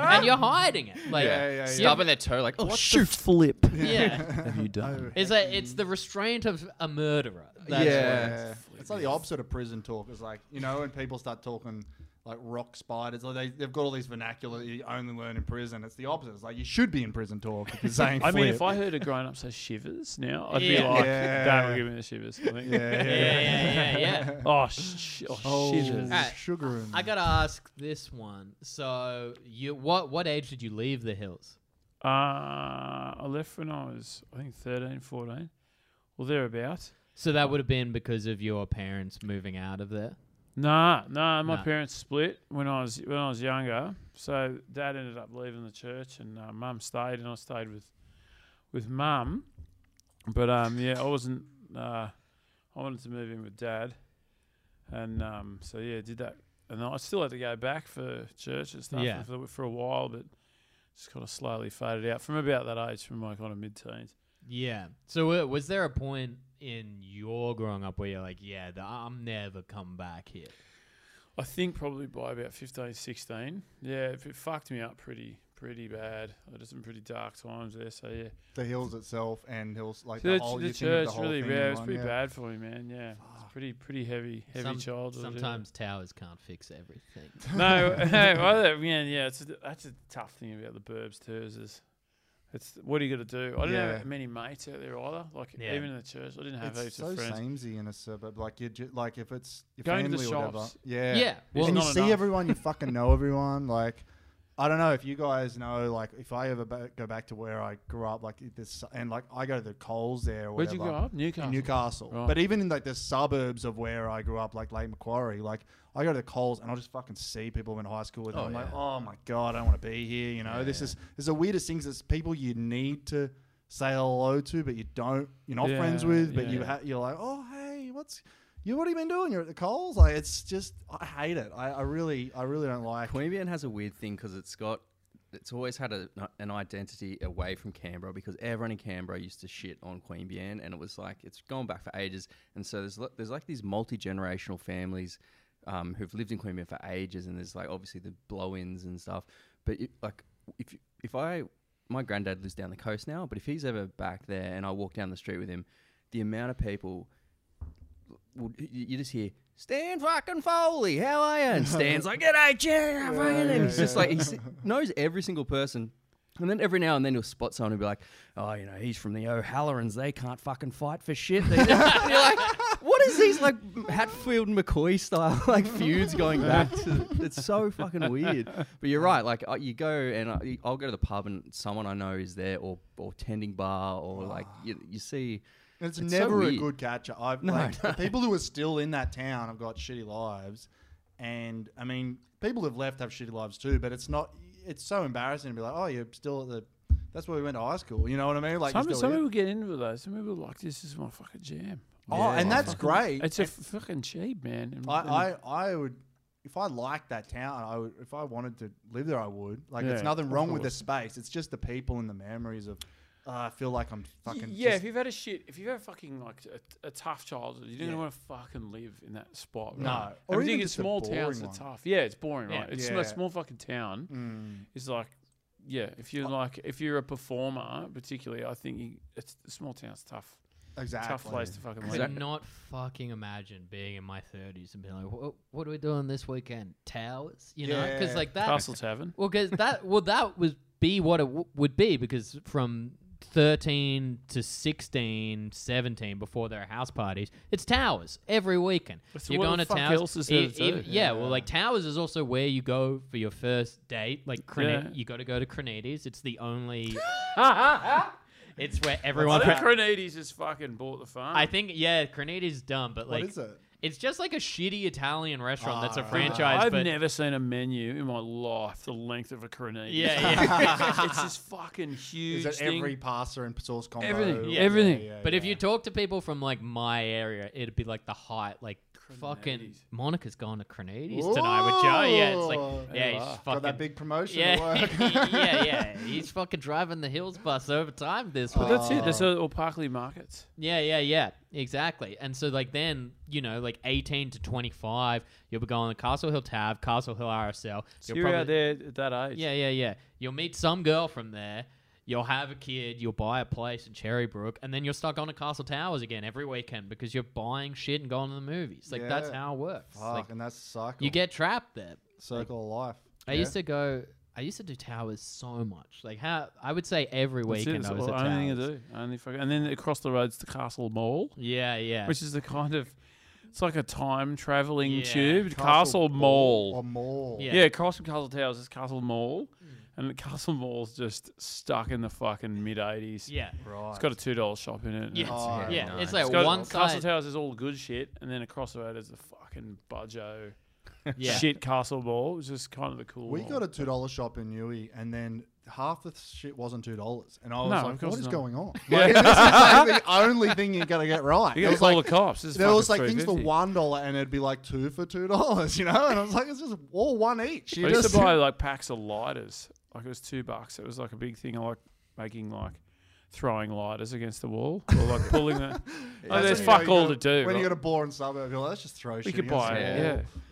Speaker 3: and you're hiding it like
Speaker 4: Yeah, yeah, yeah.
Speaker 1: Stubbing their toe, like, oh,
Speaker 2: What
Speaker 1: shoot.
Speaker 2: the flip
Speaker 3: yeah.
Speaker 2: have you done?
Speaker 3: it's like it's the restraint of a murderer That's what
Speaker 4: yeah, it's like the opposite of prison talk. It's like you know when people start talking like rock spiders, like they they've got all these vernacular that you only learn in prison. It's the opposite. It's like you should be in prison talk if you're saying.
Speaker 2: I mean,
Speaker 4: flip.
Speaker 2: if I heard a grown up say shivers now, I'd be
Speaker 3: Yeah.
Speaker 2: like,
Speaker 4: Yeah.
Speaker 2: that would give me the shivers. I think.
Speaker 4: yeah,
Speaker 3: yeah
Speaker 4: yeah,
Speaker 3: yeah yeah
Speaker 4: yeah.
Speaker 3: yeah
Speaker 2: Oh, sh- sh- oh,
Speaker 4: Oh,
Speaker 2: shivers.
Speaker 3: Alright.
Speaker 4: sugar and
Speaker 3: I gotta ask this one. So, you what what age did you leave the hills?
Speaker 2: Uh, I left when I was, I think, 13, 14, or thereabouts.
Speaker 3: So that would have been because of your parents moving out of there.
Speaker 2: Nah, nah. My
Speaker 3: Nah.
Speaker 2: parents split when I was when I was younger. So dad ended up leaving the church, and uh, mum stayed, and I stayed with with mum. But um, yeah, I wasn't. Uh, I wanted to move in with dad, and um, so yeah, did that. And I still had to go back for church and stuff
Speaker 3: Yeah.
Speaker 2: for, for a while, but just kind of slowly faded out from about that age, from my kind of mid teens.
Speaker 3: Yeah. So uh, was there a point in your growing up where you're like, yeah, th- I'm never come back here?
Speaker 2: I think probably by about 15, 16. Yeah, it, it fucked me up pretty, pretty bad. I did some pretty dark times there. So yeah,
Speaker 4: the hills itself and hills like
Speaker 2: church,
Speaker 4: the whole.
Speaker 2: the
Speaker 4: you think of
Speaker 2: church
Speaker 4: the whole
Speaker 2: really,
Speaker 4: thing in
Speaker 2: yeah, it was
Speaker 4: one,
Speaker 2: pretty
Speaker 4: yeah. Ah,
Speaker 2: bad for me, man. Yeah, it's pretty, pretty heavy, heavy
Speaker 3: Some-
Speaker 2: childhood. yeah.
Speaker 3: Sometimes towers can't fix everything.
Speaker 2: no, well, that- yeah, yeah. It's a, that's a tough thing about the burbs too. Is, is it's what are you gonna do? I didn't
Speaker 4: Yeah.
Speaker 2: have many mates out there either. Like
Speaker 3: Yeah.
Speaker 2: even in the church, I didn't have
Speaker 4: It's
Speaker 2: heaps
Speaker 4: so
Speaker 2: of friends.
Speaker 4: samey in a suburb. Like you, ju- like if it's your
Speaker 2: Going to the
Speaker 4: family or whatever.
Speaker 2: shops.
Speaker 4: Yeah,
Speaker 3: Yeah, well-
Speaker 4: and you
Speaker 2: Not
Speaker 4: see
Speaker 2: enough.
Speaker 4: everyone, you fucking know everyone. Like, I don't know if you guys know. Like, if I ever ba- go back to where I grew up, like this, and like I go to the Coles there. Or
Speaker 2: Where'd you
Speaker 4: whatever,
Speaker 2: grow up?
Speaker 4: In
Speaker 2: Newcastle.
Speaker 4: Newcastle,
Speaker 2: Right.
Speaker 4: but even in like the suburbs of where I grew up, like Lake Macquarie, like I go to the Coles and I'll just fucking see people in high school with them. I'm like, oh my god, I don't want to be here. You know, this is this is the weirdest things. It's people you need to say hello to, but you don't. You're not
Speaker 2: Yeah,
Speaker 4: friends with, but you
Speaker 2: yeah.
Speaker 4: ha- you're like, oh hey, what's you? What have you been doing? You're at the Coles. Like it's just, I hate it. I, I really, I really don't like.
Speaker 1: Queanbeyan has a weird thing because it's got, it's always had a, an identity away from Canberra because everyone in Canberra used to shit on Queanbeyan, and it was like it's gone back for ages. And so there's lo- there's like these multi generational families um, who've lived in Queanbeyan for ages, and there's like obviously the blow-ins and stuff. But it, like if you- if I my granddad lives down the coast now, but if he's ever back there and I walk down the street with him, the amount of people would you you just hear Stan fucking Foley, how are you? And Stan's like, "G'day, Jerry." How are you?" And He's just like he s- knows every single person. And then every now and then you'll spot someone and be like, "Oh, you know, he's from the O'Hallorans. They can't fucking fight for shit." They just, and you're like, "What is these like Hatfield McCoy style like feuds going back to?" It's so fucking weird. But you're right. Like uh, you go and uh, you- I'll go to the pub and someone I know is there, or or tending bar, or like you, you see.
Speaker 4: It's,
Speaker 1: It's so
Speaker 4: never a
Speaker 1: weird.
Speaker 4: good catcher. I've like, the people who are still in that town have got shitty lives, and I mean, people who've left have shitty lives too. But it's not. It's so embarrassing to be like, oh, you're still at the. That's where we went to high school. You know what I mean? Like, you're
Speaker 2: Some,
Speaker 4: still
Speaker 2: some
Speaker 4: here.
Speaker 2: people get into it though. Some people are like this is my fucking jam.
Speaker 4: oh, and that's great.
Speaker 2: It's a fucking cheap man. And-
Speaker 4: I,
Speaker 2: and-
Speaker 4: I, I would if I liked that town, I would, if I wanted to live there, I would. Like,
Speaker 2: Yeah,
Speaker 4: there's nothing
Speaker 2: of
Speaker 4: wrong with the
Speaker 2: course.
Speaker 4: space. It's just the people and the memories of. "Oh, I feel like I'm fucking.
Speaker 2: yeah,
Speaker 4: just-
Speaker 2: if you've had a shit, if you've had fucking like a, a tough childhood, you're not
Speaker 4: Yeah.
Speaker 2: gonna want to fucking live in that spot. Right?
Speaker 4: No. Or
Speaker 2: or
Speaker 4: even
Speaker 2: think in
Speaker 4: just a
Speaker 2: small
Speaker 4: boring
Speaker 2: towns are
Speaker 4: one.
Speaker 2: tough. Yeah, it's boring,
Speaker 3: Yeah.
Speaker 2: right? It's
Speaker 4: Yeah.
Speaker 2: a small fucking town.
Speaker 4: Mm.
Speaker 2: It's like, yeah, if
Speaker 4: Oh.
Speaker 2: you're like if you're a performer, particularly, I think you, it's a small town's tough,
Speaker 4: Exactly.
Speaker 2: tough place to fucking
Speaker 3: Could
Speaker 2: live. in.
Speaker 3: not fucking imagine being in my 30s and being like, "Wha- what are we doing this weekend? Towers, you know? Because
Speaker 4: Yeah.
Speaker 3: like that,
Speaker 2: Castle Tavern.
Speaker 3: well, because that, well, that would be what it w- would be because from 13 to 16, 17, before there are house parties, it's towers every weekend.
Speaker 2: That's what the fuck else is
Speaker 3: e-
Speaker 2: there to
Speaker 3: even-
Speaker 2: do?
Speaker 3: yeah, well, like towers is also where you go for your first date. Like, Crene-
Speaker 2: Yeah.
Speaker 3: you got to go to Cranides. It's the only. It's where everyone.
Speaker 2: I think Cronides has fucking bought the farm.
Speaker 3: I think yeah, Cranides dumb, but like
Speaker 4: what is it?
Speaker 3: it's just like a shitty Italian restaurant that's a
Speaker 4: Ah,
Speaker 3: franchise.
Speaker 2: I've
Speaker 3: but
Speaker 2: never seen a menu in my life the length of a Cronides.
Speaker 3: yeah, yeah.
Speaker 2: it's this fucking huge
Speaker 4: Is it
Speaker 2: thing.
Speaker 4: every pasta and sauce combo?
Speaker 2: Everything,
Speaker 3: Yeah.
Speaker 2: everything.
Speaker 3: but if
Speaker 4: yeah.
Speaker 3: you talk to people from like my area, it'd be like the height, like fucking
Speaker 2: Cronides.
Speaker 3: Monica's gone to Cranides tonight with Joe. Yeah, it's
Speaker 4: Ooh.
Speaker 3: like yeah,
Speaker 2: Hey,
Speaker 3: he's
Speaker 2: wow.
Speaker 3: fucking
Speaker 4: got that big promotion at
Speaker 3: yeah,
Speaker 4: work.
Speaker 3: yeah, yeah. He's fucking driving the hills bus over time this week.
Speaker 2: But that's it. That's all, all Parkley markets.
Speaker 3: Yeah, yeah, yeah, exactly. And so, like, then you know, like eighteen to twenty-five, you'll be going to Castle Hill Tab, Castle Hill RSL.
Speaker 2: So
Speaker 3: You'll
Speaker 2: you're out there at that age.
Speaker 3: Yeah, yeah, yeah. You'll meet some girl from there. You'll have a kid. You'll buy a place in Cherrybrook, and then you're stuck on to Castle Towers again every weekend because you're buying shit and going to the movies. Like that's
Speaker 4: Yeah.
Speaker 3: how it works.
Speaker 4: Fuck,
Speaker 3: Like,
Speaker 4: and that's a cycle.
Speaker 3: you get trapped there.
Speaker 4: circle of life.
Speaker 3: I used to go. I used to do towers so much. Like how I would say every
Speaker 2: That's it.
Speaker 3: weekend
Speaker 2: That's
Speaker 3: I was
Speaker 2: the
Speaker 3: at
Speaker 2: only
Speaker 3: towers.
Speaker 2: thing to do. Only fucking, and then across the road's the Castle Mall,
Speaker 3: Yeah, yeah.
Speaker 2: which is the kind of it's like a time traveling
Speaker 3: Yeah.
Speaker 2: tube. Castle, Mall.
Speaker 4: Or mall. Oh, Mm.
Speaker 3: Yeah.
Speaker 2: yeah. across from Castle Towers is Castle Mall, and the Castle Mall's just stuck in the fucking mid '80s.
Speaker 3: yeah.
Speaker 4: Right.
Speaker 2: It's got a two dollar shop in it. and
Speaker 3: Yeah,
Speaker 2: it's-
Speaker 4: Oh,
Speaker 3: yeah.
Speaker 1: nice.
Speaker 3: It's like
Speaker 2: it's got-
Speaker 3: one
Speaker 2: Castle
Speaker 3: side.
Speaker 2: Towers is all good shit, and then across the road is the fucking budjo
Speaker 3: yeah.
Speaker 2: shit Castle Mall. It was just kind of the cool.
Speaker 4: we
Speaker 2: mall.
Speaker 4: got a two dollar shop in Newey, and then half the shit wasn't two dollars, and I was
Speaker 2: No, of
Speaker 4: like,
Speaker 2: course
Speaker 4: "What is
Speaker 2: not.
Speaker 4: going on?" Like, this is like the only thing you're gonna get right.
Speaker 2: You
Speaker 4: There
Speaker 2: gotta
Speaker 4: was
Speaker 2: call
Speaker 4: like,
Speaker 2: the cops. This is
Speaker 4: there was
Speaker 2: fucking
Speaker 4: like things for
Speaker 2: $3.50.
Speaker 4: one dollar, and it'd be like two for two dollars, you know. And I was like, "It's just all one each." You
Speaker 2: I used
Speaker 4: just
Speaker 2: to buy like packs of lighters. Like it was two bucks. It was like a big thing. I like making like throwing lighters against the wall or like pulling the. oh,
Speaker 4: That's
Speaker 2: there's
Speaker 4: when you
Speaker 2: fuck
Speaker 4: go-
Speaker 2: all to do.
Speaker 4: When you
Speaker 2: right?
Speaker 4: got a boring suburb, you're like, "Let's just throw
Speaker 2: we
Speaker 4: shit."
Speaker 2: could
Speaker 4: against
Speaker 2: buy
Speaker 4: the
Speaker 2: it.
Speaker 4: wall."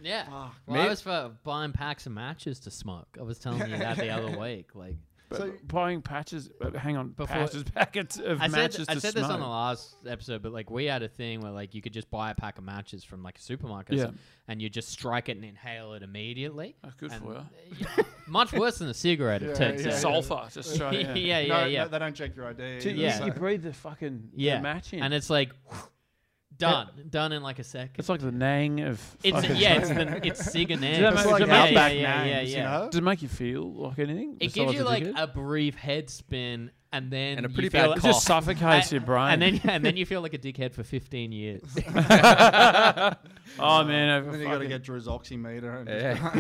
Speaker 2: Yeah.
Speaker 3: Yeah.
Speaker 4: Fuck.
Speaker 3: Well,
Speaker 1: Me-
Speaker 3: I was for buying packs of matches to smoke. I was telling you that the other week. Like
Speaker 2: But
Speaker 4: So-
Speaker 2: buying patches. uh, Hang on,
Speaker 3: Before-
Speaker 2: patches packets of
Speaker 3: I said,
Speaker 2: matches
Speaker 3: I
Speaker 2: to
Speaker 3: said
Speaker 2: smoke.
Speaker 3: this on the last episode, but like we had a thing where like you could just buy a pack of matches from like a supermarket, or
Speaker 2: Yeah.
Speaker 3: something, and you just strike it and inhale it immediately.
Speaker 2: Oh, good
Speaker 3: And-
Speaker 2: for you.
Speaker 3: Yeah. much worse than a cigarette, it
Speaker 4: Yeah,
Speaker 3: turns
Speaker 4: yeah,
Speaker 3: out.
Speaker 2: Sulfur, just straight.
Speaker 3: yeah,
Speaker 2: Yeah.
Speaker 3: yeah,
Speaker 4: No,
Speaker 3: yeah.
Speaker 4: no, they don't check your ID.
Speaker 2: To-
Speaker 4: you know,
Speaker 3: Yeah.
Speaker 4: so-
Speaker 2: You breathe the fucking
Speaker 3: Yeah.
Speaker 2: the match in,
Speaker 3: And it's like done, done in like a second.
Speaker 2: it's like the nang of.
Speaker 3: it's
Speaker 2: fucking-
Speaker 3: yeah, it's the, it's cigarette.
Speaker 2: that
Speaker 4: It's
Speaker 2: make-
Speaker 4: like
Speaker 2: does it make-
Speaker 3: yeah, yeah, yeah,
Speaker 4: Outback
Speaker 3: yeah,
Speaker 4: names, you
Speaker 3: yeah.
Speaker 4: know?
Speaker 2: Does it make you feel like anything?
Speaker 3: It
Speaker 2: besides
Speaker 3: gives you
Speaker 2: a
Speaker 3: like
Speaker 2: ticket?
Speaker 3: a brief head spin, and then
Speaker 1: And a
Speaker 3: you
Speaker 1: pretty
Speaker 3: feel
Speaker 1: bad
Speaker 2: It
Speaker 3: like-
Speaker 1: cough.
Speaker 2: just suffocates your brain.
Speaker 3: and then and then you feel like a dickhead for fifteen years.
Speaker 2: oh man,
Speaker 4: And
Speaker 2: I've
Speaker 4: then you got to
Speaker 2: fucking-
Speaker 4: get Drew's oximeter. And
Speaker 1: Yeah.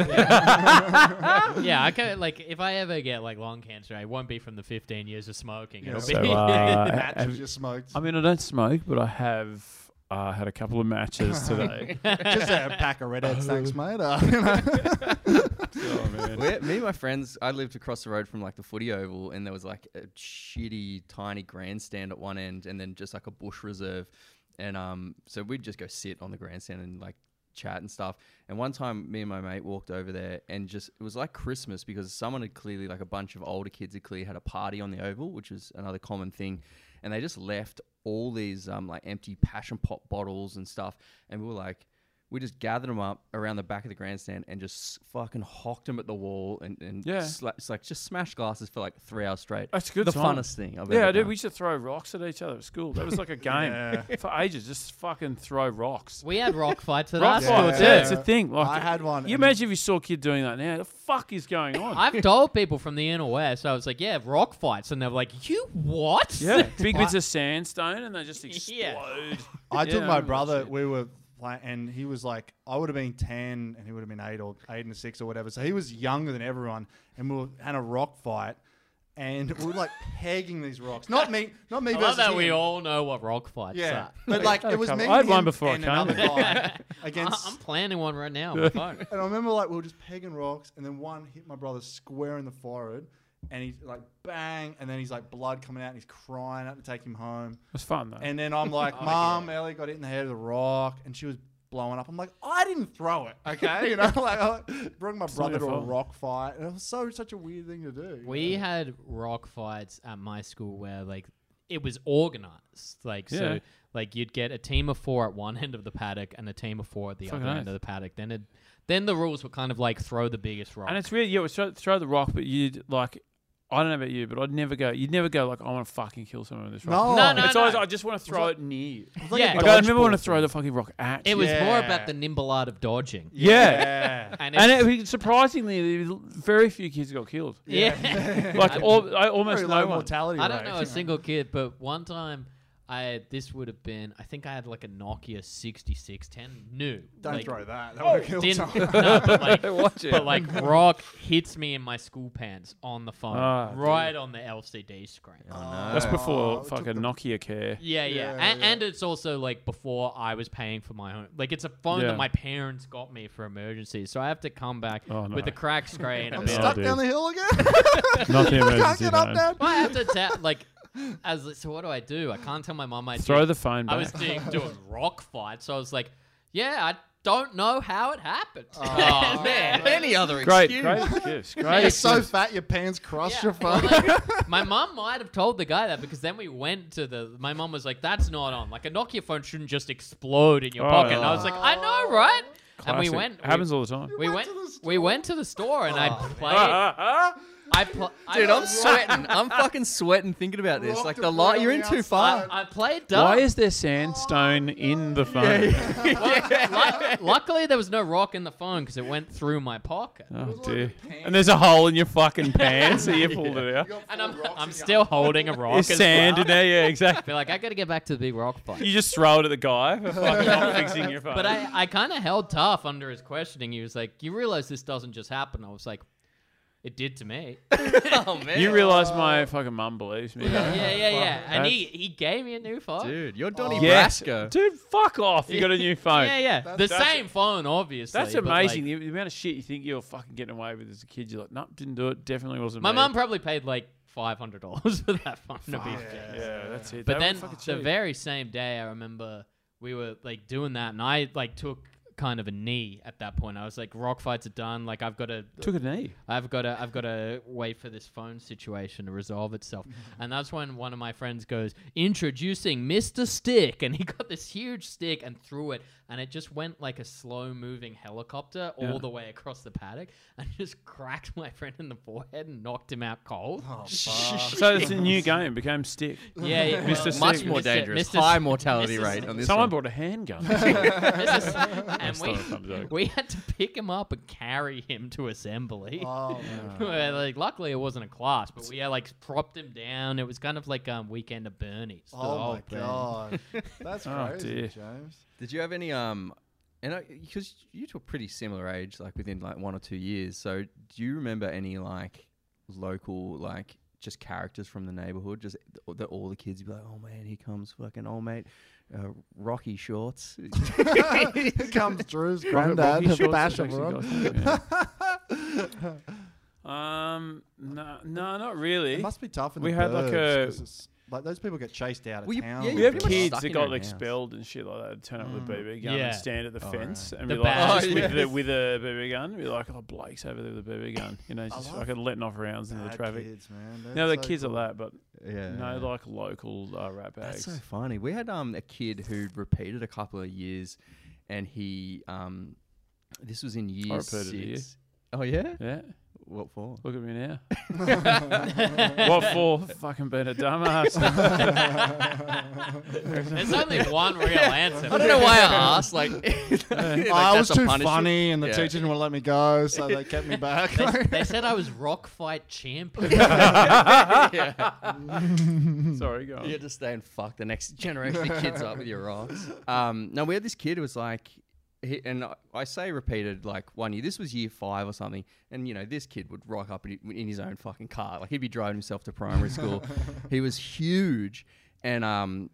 Speaker 3: yeah, I can like if I ever get like lung cancer, it won't be from the 15 years of smoking. It'll
Speaker 4: Yeah.
Speaker 3: be
Speaker 2: So, uh, have-
Speaker 4: just matches you smoked.
Speaker 2: I mean, I don't smoke, but I have uh, had a couple of matches today.
Speaker 4: just a pack of redheads, thanks, mate. Uh, you know.
Speaker 2: oh man,
Speaker 1: Where, me and my friends, I lived across the road from like the footy oval, and there was like a shitty, tiny grandstand at one end, and then just like a bush reserve. And um, so we'd just go sit on the grandstand and like chat and stuff. And one time, me and my mate walked over there, and just it was like Christmas because someone had clearly like a bunch of older kids had clearly had a party on the oval, which is another common thing. And they just left all these um like empty passion pop bottles and stuff, and we were like we just gathered them up around the back of the grandstand and just fucking hocked them at the wall and and
Speaker 2: Yeah.
Speaker 1: sla- it's like just smashed glasses for like three hours straight.
Speaker 2: That's a good
Speaker 1: The
Speaker 2: time.
Speaker 1: funnest thing I've
Speaker 2: yeah,
Speaker 1: ever
Speaker 2: dude,
Speaker 1: done.
Speaker 2: we used to throw rocks at each other at school. That was like a game for ages. Just fucking throw rocks.
Speaker 3: we had rock fights at our
Speaker 2: Rock
Speaker 3: school
Speaker 2: fights,
Speaker 3: too.
Speaker 2: yeah, it's a thing. Like,
Speaker 4: I had one
Speaker 2: You
Speaker 4: and-
Speaker 2: imagine if you saw a kid doing that now? The fuck is going on?
Speaker 3: I've told people from the inner west. I was like, yeah, rock fights, and they're like, you what?
Speaker 2: yeah, big bits of sandstone, and they just explode.
Speaker 3: Yeah.
Speaker 4: I
Speaker 2: Yeah,
Speaker 4: took
Speaker 2: I
Speaker 4: my
Speaker 2: remember
Speaker 4: brother.
Speaker 2: that shit.
Speaker 4: We were playing, and he was like, I would have been ten, and he would have been eight or eight and six or whatever. So he was younger than everyone, and we were had a rock fight, and we were like pegging these rocks. Not me, not me.
Speaker 3: I
Speaker 4: versus
Speaker 3: love that we
Speaker 4: him.
Speaker 3: all know what rock fights
Speaker 4: Yeah,
Speaker 3: are.
Speaker 4: but like
Speaker 2: Had
Speaker 4: it
Speaker 2: a
Speaker 4: was
Speaker 2: couple.
Speaker 4: me.
Speaker 2: I had
Speaker 4: him,
Speaker 2: one before I
Speaker 4: and
Speaker 2: came.
Speaker 4: another guy. against.
Speaker 3: I- I'm planning one right now on my phone.
Speaker 4: and I remember like we were just pegging rocks, and then one hit my brother square in the forehead, and he's like bang, and then he's like blood coming out, and he's crying out to take him home.
Speaker 2: was fun though.
Speaker 4: And then I'm
Speaker 2: Oh,
Speaker 4: like, Mom, Ellie got hit in the head with a rock, and she was blowing up. I'm like, I didn't throw it, okay? You know, like I brought my
Speaker 2: not
Speaker 4: brother
Speaker 2: your
Speaker 4: to a
Speaker 2: fault.
Speaker 4: rock fight, and it was so such a weird thing to do. you
Speaker 3: We
Speaker 4: know?
Speaker 3: had rock fights at my school where like it was organized. Like so
Speaker 2: Yeah.
Speaker 3: like you'd get a team of four at one end of the paddock and a team of four at the
Speaker 2: Fucking
Speaker 3: other end
Speaker 2: nice.
Speaker 3: of the paddock. Then it then the rules were kind of like throw the biggest rock.
Speaker 2: And it's weird, yeah, we throw, throw the rock, but you'd like, I don't know about you, but I'd never go, you'd never go like, I want to fucking kill someone with this rock.
Speaker 3: No, no,
Speaker 2: it's always,
Speaker 3: no.
Speaker 2: I just want to throw it near you.
Speaker 4: It's like a
Speaker 3: yeah.
Speaker 2: Like, I never
Speaker 4: dodgeball
Speaker 2: want to throw
Speaker 4: thing.
Speaker 2: the fucking rock at
Speaker 3: it
Speaker 2: you.
Speaker 3: was more
Speaker 4: Yeah.
Speaker 3: about the nimble art of dodging.
Speaker 2: Yeah.
Speaker 3: And,
Speaker 2: and
Speaker 3: it's-
Speaker 2: it, we- surprisingly, very few kids got killed.
Speaker 3: yeah.
Speaker 2: Like, all, I almost
Speaker 4: Very
Speaker 2: no
Speaker 4: low
Speaker 2: one.
Speaker 4: mortality.
Speaker 3: I don't
Speaker 4: rate.
Speaker 3: know a single kid, but one time I this would have been I think I had like a Nokia 6610 new.
Speaker 4: Don't
Speaker 3: like,
Speaker 4: throw
Speaker 2: Oh,
Speaker 4: that. That would have killed
Speaker 3: Didn't,
Speaker 4: someone.
Speaker 3: no, but like,
Speaker 2: Watch it.
Speaker 3: but like rock hits me in my school pants on the phone,
Speaker 2: Ah, dude.
Speaker 3: right on the LCD screen.
Speaker 2: That's
Speaker 4: Oh,
Speaker 2: before
Speaker 4: it took
Speaker 2: fucking Nokia care.
Speaker 3: Yeah, yeah,
Speaker 4: Yeah,
Speaker 3: and, and it's also like before I was paying for my own. Like it's a phone
Speaker 2: Yeah.
Speaker 3: that my parents got me for emergencies, so I have to come back
Speaker 2: Oh, no.
Speaker 3: with a cracked screen. and
Speaker 4: I'm
Speaker 3: be like,
Speaker 4: stuck
Speaker 2: dude.
Speaker 4: down the hill again.
Speaker 2: Nokia
Speaker 4: I can't
Speaker 2: emergency
Speaker 4: get up,
Speaker 2: phone.
Speaker 4: Dad.
Speaker 3: I have to tap like as so. What do I do? I can't tell my mom. I
Speaker 2: Throw the phone
Speaker 3: I
Speaker 2: back.
Speaker 3: was doing, doing rock fight, so I was like, yeah, I don't know how it happened.
Speaker 1: Oh, man. Any other
Speaker 2: Great,
Speaker 1: excuse?
Speaker 2: great excuse. Great
Speaker 4: You're
Speaker 2: excuse.
Speaker 4: so fat, your pants
Speaker 3: Yeah.
Speaker 4: crossed your phone.
Speaker 3: Well, like, my mom might have told the guy that because then we went to the. My mom was like, "That's not on. Like a Nokia phone shouldn't just explode in your
Speaker 2: Oh,
Speaker 3: pocket."
Speaker 2: yeah.
Speaker 3: And I was like, "I know, right?"
Speaker 2: Classic.
Speaker 3: And we went.
Speaker 2: happens Oh,
Speaker 3: We,
Speaker 2: all the time.
Speaker 3: we
Speaker 4: went
Speaker 3: went.
Speaker 4: to the store?
Speaker 3: we went to the store, and I played. I pl- I-
Speaker 1: Dude, I'm sweating. I'm fucking sweating thinking about this.
Speaker 4: Rock
Speaker 1: Like
Speaker 4: to
Speaker 1: the
Speaker 4: put
Speaker 1: light,
Speaker 4: on
Speaker 1: you're
Speaker 4: the
Speaker 1: in too
Speaker 4: outside.
Speaker 1: far.
Speaker 3: I, I played
Speaker 2: Why
Speaker 3: dumb.
Speaker 2: is there sandstone in the phone?
Speaker 3: Lu- Luckily, there was no rock in the phone because it went through my pocket.
Speaker 2: Oh,
Speaker 4: like
Speaker 2: dear.
Speaker 4: a pants.
Speaker 2: And there's a hole in your fucking pants, so you pulled it out.
Speaker 4: You got
Speaker 3: And
Speaker 4: four
Speaker 3: I'm,
Speaker 4: rocks in
Speaker 3: I'm
Speaker 4: your
Speaker 3: still holding a rock.
Speaker 2: There's
Speaker 3: as
Speaker 2: sand
Speaker 3: well.
Speaker 2: in there, yeah, exactly.
Speaker 3: Be like, I got to get back to the big rock fight.
Speaker 2: You just throw it at the guy for fucking not fixing your phone.
Speaker 3: But I, I kind of held tough under his questioning. He was like, "You realize this doesn't just happen." I was like, "It did to me."
Speaker 1: Oh man,
Speaker 2: you realise my fucking mum believes me.
Speaker 3: yeah,
Speaker 2: don't you?
Speaker 3: yeah, yeah. And
Speaker 2: That's-
Speaker 3: he, he gave me a new phone.
Speaker 1: dude, you're Donny
Speaker 2: Yes.
Speaker 1: Brasco.
Speaker 2: Dude, fuck off. You got a new phone.
Speaker 3: Yeah, yeah.
Speaker 4: That's-
Speaker 3: the
Speaker 4: that's-
Speaker 3: same phone, obviously.
Speaker 2: That's
Speaker 3: but, like,
Speaker 2: amazing. the, the amount of shit you think you're fucking getting away with as a kid, you're like, nope, didn't do it. Definitely wasn't
Speaker 3: my
Speaker 2: me.
Speaker 3: mum probably paid like five hundred dollars for that phone. To be fair.
Speaker 2: Yeah, that's it.
Speaker 3: But
Speaker 2: They were
Speaker 3: then
Speaker 2: fucking
Speaker 3: the
Speaker 2: cheap.
Speaker 3: very same day, I remember we were like doing that, and I like took kind of a knee at that point. I was like, "Rock fights are done. Like I've got to
Speaker 2: took a knee.
Speaker 3: I've got to I've got to wait for this phone situation to resolve itself. And that's when one of my friends goes, "Introducing Mr. Stick." And he got this huge stick and threw it and it just went like a slow-moving helicopter all
Speaker 2: Yeah.
Speaker 3: the way across the paddock and just cracked my friend in the forehead and knocked him out cold.
Speaker 4: Oh, fuck.
Speaker 2: So it's a new game. Became stick.
Speaker 3: Yeah, yeah
Speaker 2: Mr. Stick.
Speaker 1: Much more
Speaker 3: Mr.
Speaker 1: dangerous.
Speaker 3: Mr.
Speaker 1: High mortality
Speaker 3: Mrs.
Speaker 1: rate on this
Speaker 2: Someone
Speaker 1: one.
Speaker 2: brought a handgun.
Speaker 3: and
Speaker 2: time it comes
Speaker 3: we,
Speaker 2: out.
Speaker 3: we had to pick him up and carry him to assembly.
Speaker 4: Oh, man.
Speaker 3: Well, like, luckily it wasn't a class, but we yeah, like propped him down. It was kind of like um weekend of Bernie's. the
Speaker 4: Oh,
Speaker 3: whole
Speaker 4: my
Speaker 3: thing.
Speaker 4: god, that's
Speaker 2: Oh,
Speaker 4: crazy,
Speaker 2: dear.
Speaker 4: James.
Speaker 1: Did you have any um? And because you two are pretty similar age, like within like one or two years. So do you remember any like local like just characters from the neighborhood? Just th- that all the kids would be like, oh man, here comes fucking old mate, uh, Rocky Shorts.
Speaker 4: Here comes Drew's
Speaker 2: Rocket
Speaker 4: granddad,
Speaker 2: Rocky
Speaker 4: the
Speaker 2: Shorts
Speaker 4: bash
Speaker 2: actually
Speaker 4: everyone.
Speaker 2: got that, yeah. um, no, no, not really.
Speaker 4: It must be tough in
Speaker 2: We
Speaker 4: the
Speaker 2: had like
Speaker 4: burbs
Speaker 2: a-
Speaker 4: 'cause it's- like those people get chased out of
Speaker 1: Well, you-
Speaker 4: town.
Speaker 1: yeah,
Speaker 4: and
Speaker 1: you
Speaker 2: we had
Speaker 1: pretty
Speaker 4: shit.
Speaker 1: much
Speaker 2: kids
Speaker 1: stuck
Speaker 2: that
Speaker 1: in
Speaker 2: got
Speaker 1: your house.
Speaker 2: expelled and shit like that. They'd turn up with a BB gun
Speaker 3: Yeah.
Speaker 2: and stand at the
Speaker 1: Oh,
Speaker 2: fence and
Speaker 3: The
Speaker 2: be like,
Speaker 3: badge.
Speaker 2: just
Speaker 1: Oh, yeah.
Speaker 2: with, the, with a BB gun, be like, oh, Blake's over there with a BB gun. You know, just
Speaker 4: love
Speaker 2: fucking letting off rounds into the
Speaker 4: Bad
Speaker 2: traffic.
Speaker 4: Kids, man. They're
Speaker 2: Now the
Speaker 4: so
Speaker 2: kids
Speaker 4: cool.
Speaker 2: are that, but
Speaker 1: yeah.
Speaker 2: no, like local uh, rat bags.
Speaker 1: That's so funny. We had um a kid who repeated a couple of years, and he um, this was in year six.
Speaker 2: repeated a year.
Speaker 1: Oh yeah.
Speaker 2: yeah,
Speaker 1: What for?
Speaker 2: look at me now. what for? Fucking being a dumbass.
Speaker 3: There's only one real answer.
Speaker 1: I don't know why I asked. Like, like,
Speaker 4: I was
Speaker 1: that's a
Speaker 4: too
Speaker 1: punishment.
Speaker 4: funny, and the
Speaker 1: Yeah.
Speaker 4: teacher didn't want to let me go, so they kept me back.
Speaker 3: They, they said I was rock fight champion.
Speaker 2: Sorry, go on.
Speaker 1: You had to stay and fuck the next generation of kids up with your rocks. Um, no, we had this kid who was like, he, and I- I say repeated like one year. This was year five or something, and you know this kid would rock up in, in his own fucking car. Like he'd be driving himself to primary school. he was huge, and um,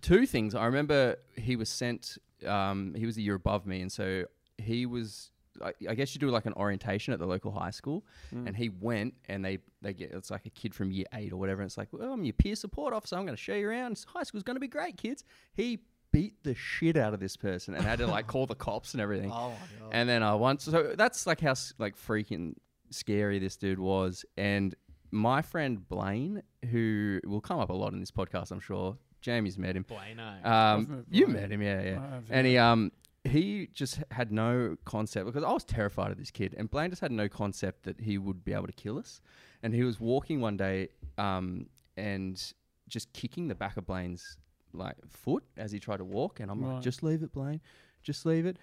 Speaker 1: two things. I remember he was sent um, he was a year above me, and so he was. I, I guess you do like an orientation at the local high school,
Speaker 4: Hmm.
Speaker 1: and he went, and they they get it's like a kid from year eight or whatever. And it's like, well, I'm your peer support officer. I'm going to show you around. It's- High school's going to be great, kids. He beat the shit out of this person and had to like call the cops and everything.
Speaker 4: Oh my god.
Speaker 1: And then I once so that's like how s- like freaking scary this dude was. And my friend Blaine, who will come up a lot in this podcast, I'm sure. Jamie's met him.
Speaker 3: Bueno.
Speaker 2: I've
Speaker 1: Um,
Speaker 2: met
Speaker 1: you
Speaker 2: Brian.
Speaker 1: met him, yeah, yeah.
Speaker 2: I have,
Speaker 1: and he um he just had no concept because I was terrified of this kid, and Blaine just had no concept that he would be able to kill us. And he was walking one day, um, and just kicking the back of Blaine's like foot as he tried to walk, and I'm like,
Speaker 2: Right.
Speaker 1: just leave it, Blaine, just leave it,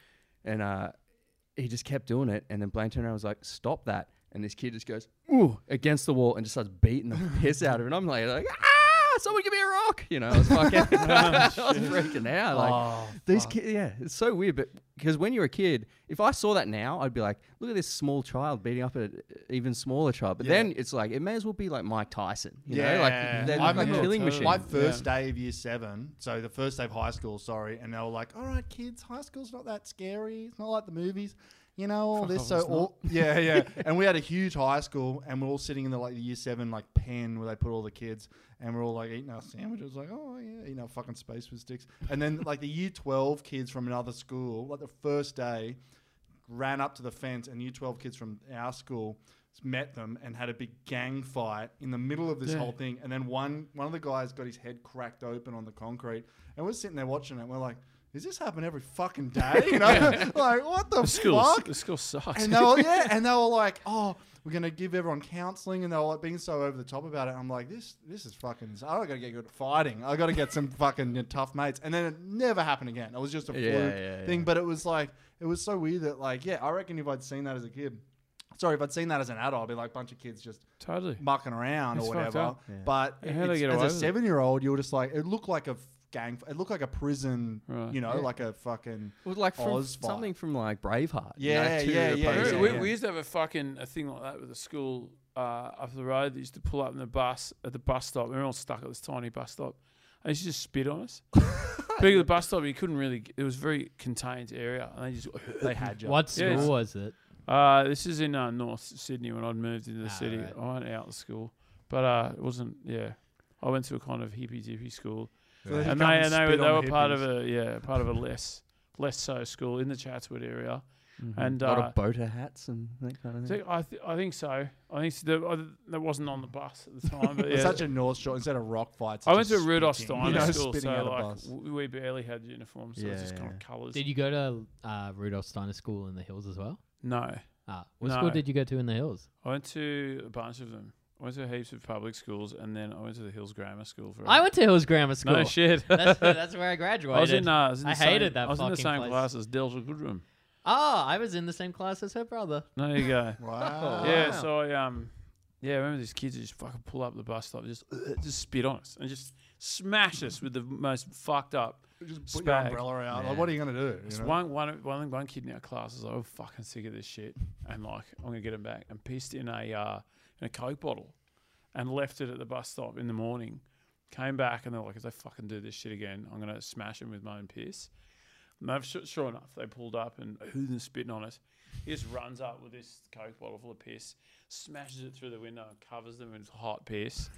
Speaker 1: and uh, he just kept doing it, and then Blaine turned around and was like, stop that. And this kid just goes, ooh, against the wall and just starts beating the piss out of it. And I'm like, like ah, someone give me a rock. You know, I was fucking, I
Speaker 4: Oh,
Speaker 1: was freaking out. Like, these kids, yeah, it's so weird. But because when you're a kid, if I saw that now, I'd be like, look at this small child beating up an even smaller child. But then it's like, it may as well be like Mike Tyson. You know, like, they're
Speaker 4: I'm
Speaker 1: like
Speaker 4: a-
Speaker 1: killing machine.
Speaker 4: My first day of year seven, so the first day of high school, sorry, and they were like, "All right, kids, high school's not that scary. It's not like the movies, you know, all
Speaker 1: Oh,
Speaker 4: this." So, all, yeah, yeah. and we had a huge high school, and we're all sitting in the like the year seven like pen where they put all the kids, and we're all like eating our sandwiches, like, "Oh yeah, eating our fucking space with sticks." And then like the year twelve kids from another school, like the first day, ran up to the fence, and year 12 kids from our school met them and had a big gang fight in the middle of this whole thing. And then one one of the guys got his head cracked open on the concrete, and we're sitting there watching it. And we're like, "Does this happen every fucking day?" You know, like what the
Speaker 2: The school, s-
Speaker 4: fuck?
Speaker 2: the school sucks.
Speaker 4: And they were yeah, and they were like, "Oh." We're gonna give everyone counselling, and they were like being so over the top about it. I'm like, this, this is fucking. I gotta get good at fighting. I gotta get some fucking tough mates. And then it never happened again. It was just a fluke
Speaker 1: Yeah, yeah, yeah.
Speaker 4: thing. But it was like, it was so weird that like, yeah, I reckon if I'd seen that as a kid, sorry, if I'd seen that as an adult, I'd be like, bunch of kids just
Speaker 2: totally.
Speaker 4: mucking around
Speaker 2: It's
Speaker 4: or
Speaker 2: fucked
Speaker 4: whatever.
Speaker 2: up.
Speaker 4: But
Speaker 2: Yeah, how'd they
Speaker 4: it's-
Speaker 2: get away with
Speaker 4: as
Speaker 2: it?
Speaker 4: a seven-year-old, you were just like, it looked like a f- gang. It looked like a prison.
Speaker 2: Right.
Speaker 4: You know, like a fucking.
Speaker 1: It was like from
Speaker 4: Oz fight.
Speaker 1: something from like Braveheart. you know,
Speaker 4: Yeah,
Speaker 1: to
Speaker 4: yeah,
Speaker 1: the
Speaker 4: yeah,
Speaker 2: We-
Speaker 1: opposing
Speaker 4: yeah,
Speaker 2: we,
Speaker 1: team.
Speaker 2: we used to have a fucking a thing like that with the school uh, up the road. They used to pull up in the bus at the bus stop. We were all stuck at this tiny bus stop. And they used to just spit on us. Big of the bus stop, you couldn't really. It was a very contained area, and they just.
Speaker 4: They had you.
Speaker 3: what
Speaker 2: Yeah,
Speaker 3: school
Speaker 2: it's-
Speaker 3: was it?
Speaker 2: Uh, this is in uh, North Sydney when I'd moved into the
Speaker 3: Ah,
Speaker 2: city.
Speaker 3: right.
Speaker 2: I went out of school, but uh, it wasn't. Yeah, I went to a kind of hippy dippy school,
Speaker 4: So
Speaker 2: and they and they were, they were part of a yeah part of a less less so school in the Chatswood area,
Speaker 4: Mm-hmm.
Speaker 2: and
Speaker 1: a lot
Speaker 2: uh,
Speaker 1: of boater hats and that kind of thing.
Speaker 2: so I th- I think so. I think so. There- I- That wasn't on the bus at the time, but yeah.
Speaker 4: Such a North Shore instead of rock fights.
Speaker 2: I
Speaker 4: it's
Speaker 2: went to
Speaker 4: just
Speaker 2: Rudolph
Speaker 4: spitting,
Speaker 2: Steiner
Speaker 4: you know,
Speaker 2: school, so
Speaker 4: spitting out a
Speaker 2: like
Speaker 4: bus.
Speaker 2: w- we barely had uniforms, so it's just kind of colours.
Speaker 3: Did you go to uh, Rudolf Steiner School in the hills as well?
Speaker 2: no,
Speaker 3: Ah, what school
Speaker 2: No.
Speaker 3: did you go to in the hills?
Speaker 2: I went to a bunch of them. I went to heaps of public schools, and then I went to the Hills Grammar School for.
Speaker 3: I went to Hills Grammar School.
Speaker 2: No shit.
Speaker 3: that's, that's where I graduated.
Speaker 2: I was in. Uh, I was in the
Speaker 3: I
Speaker 2: same,
Speaker 3: hated that
Speaker 2: I was in the
Speaker 3: fucking
Speaker 2: same
Speaker 3: place.
Speaker 2: class as Delta Goodrum.
Speaker 3: oh, I was in the same class as her brother.
Speaker 2: There you go.
Speaker 4: Wow.
Speaker 2: Yeah. So I um. Yeah, I remember these kids would just fucking pull up the bus stop, just just spit on us, and just smash us with the most fucked up.
Speaker 4: Just put your
Speaker 2: Spag.
Speaker 4: umbrella out. Like, what are you going to do? you
Speaker 2: Just
Speaker 4: know?
Speaker 2: one, one, one, one kid in our class was like, "I'm fucking sick of this shit," and like, "I'm gonna get him back," and pissed in a uh, in a coke bottle, and left it at the bus stop in the morning. Came back and they're like, "If they fucking do this shit again, I'm gonna smash him with my own piss." And they've su- sure enough, they pulled up and who's been spitting on us? He just runs up with this coke bottle full of piss, smashes it through the window, and covers them in hot piss.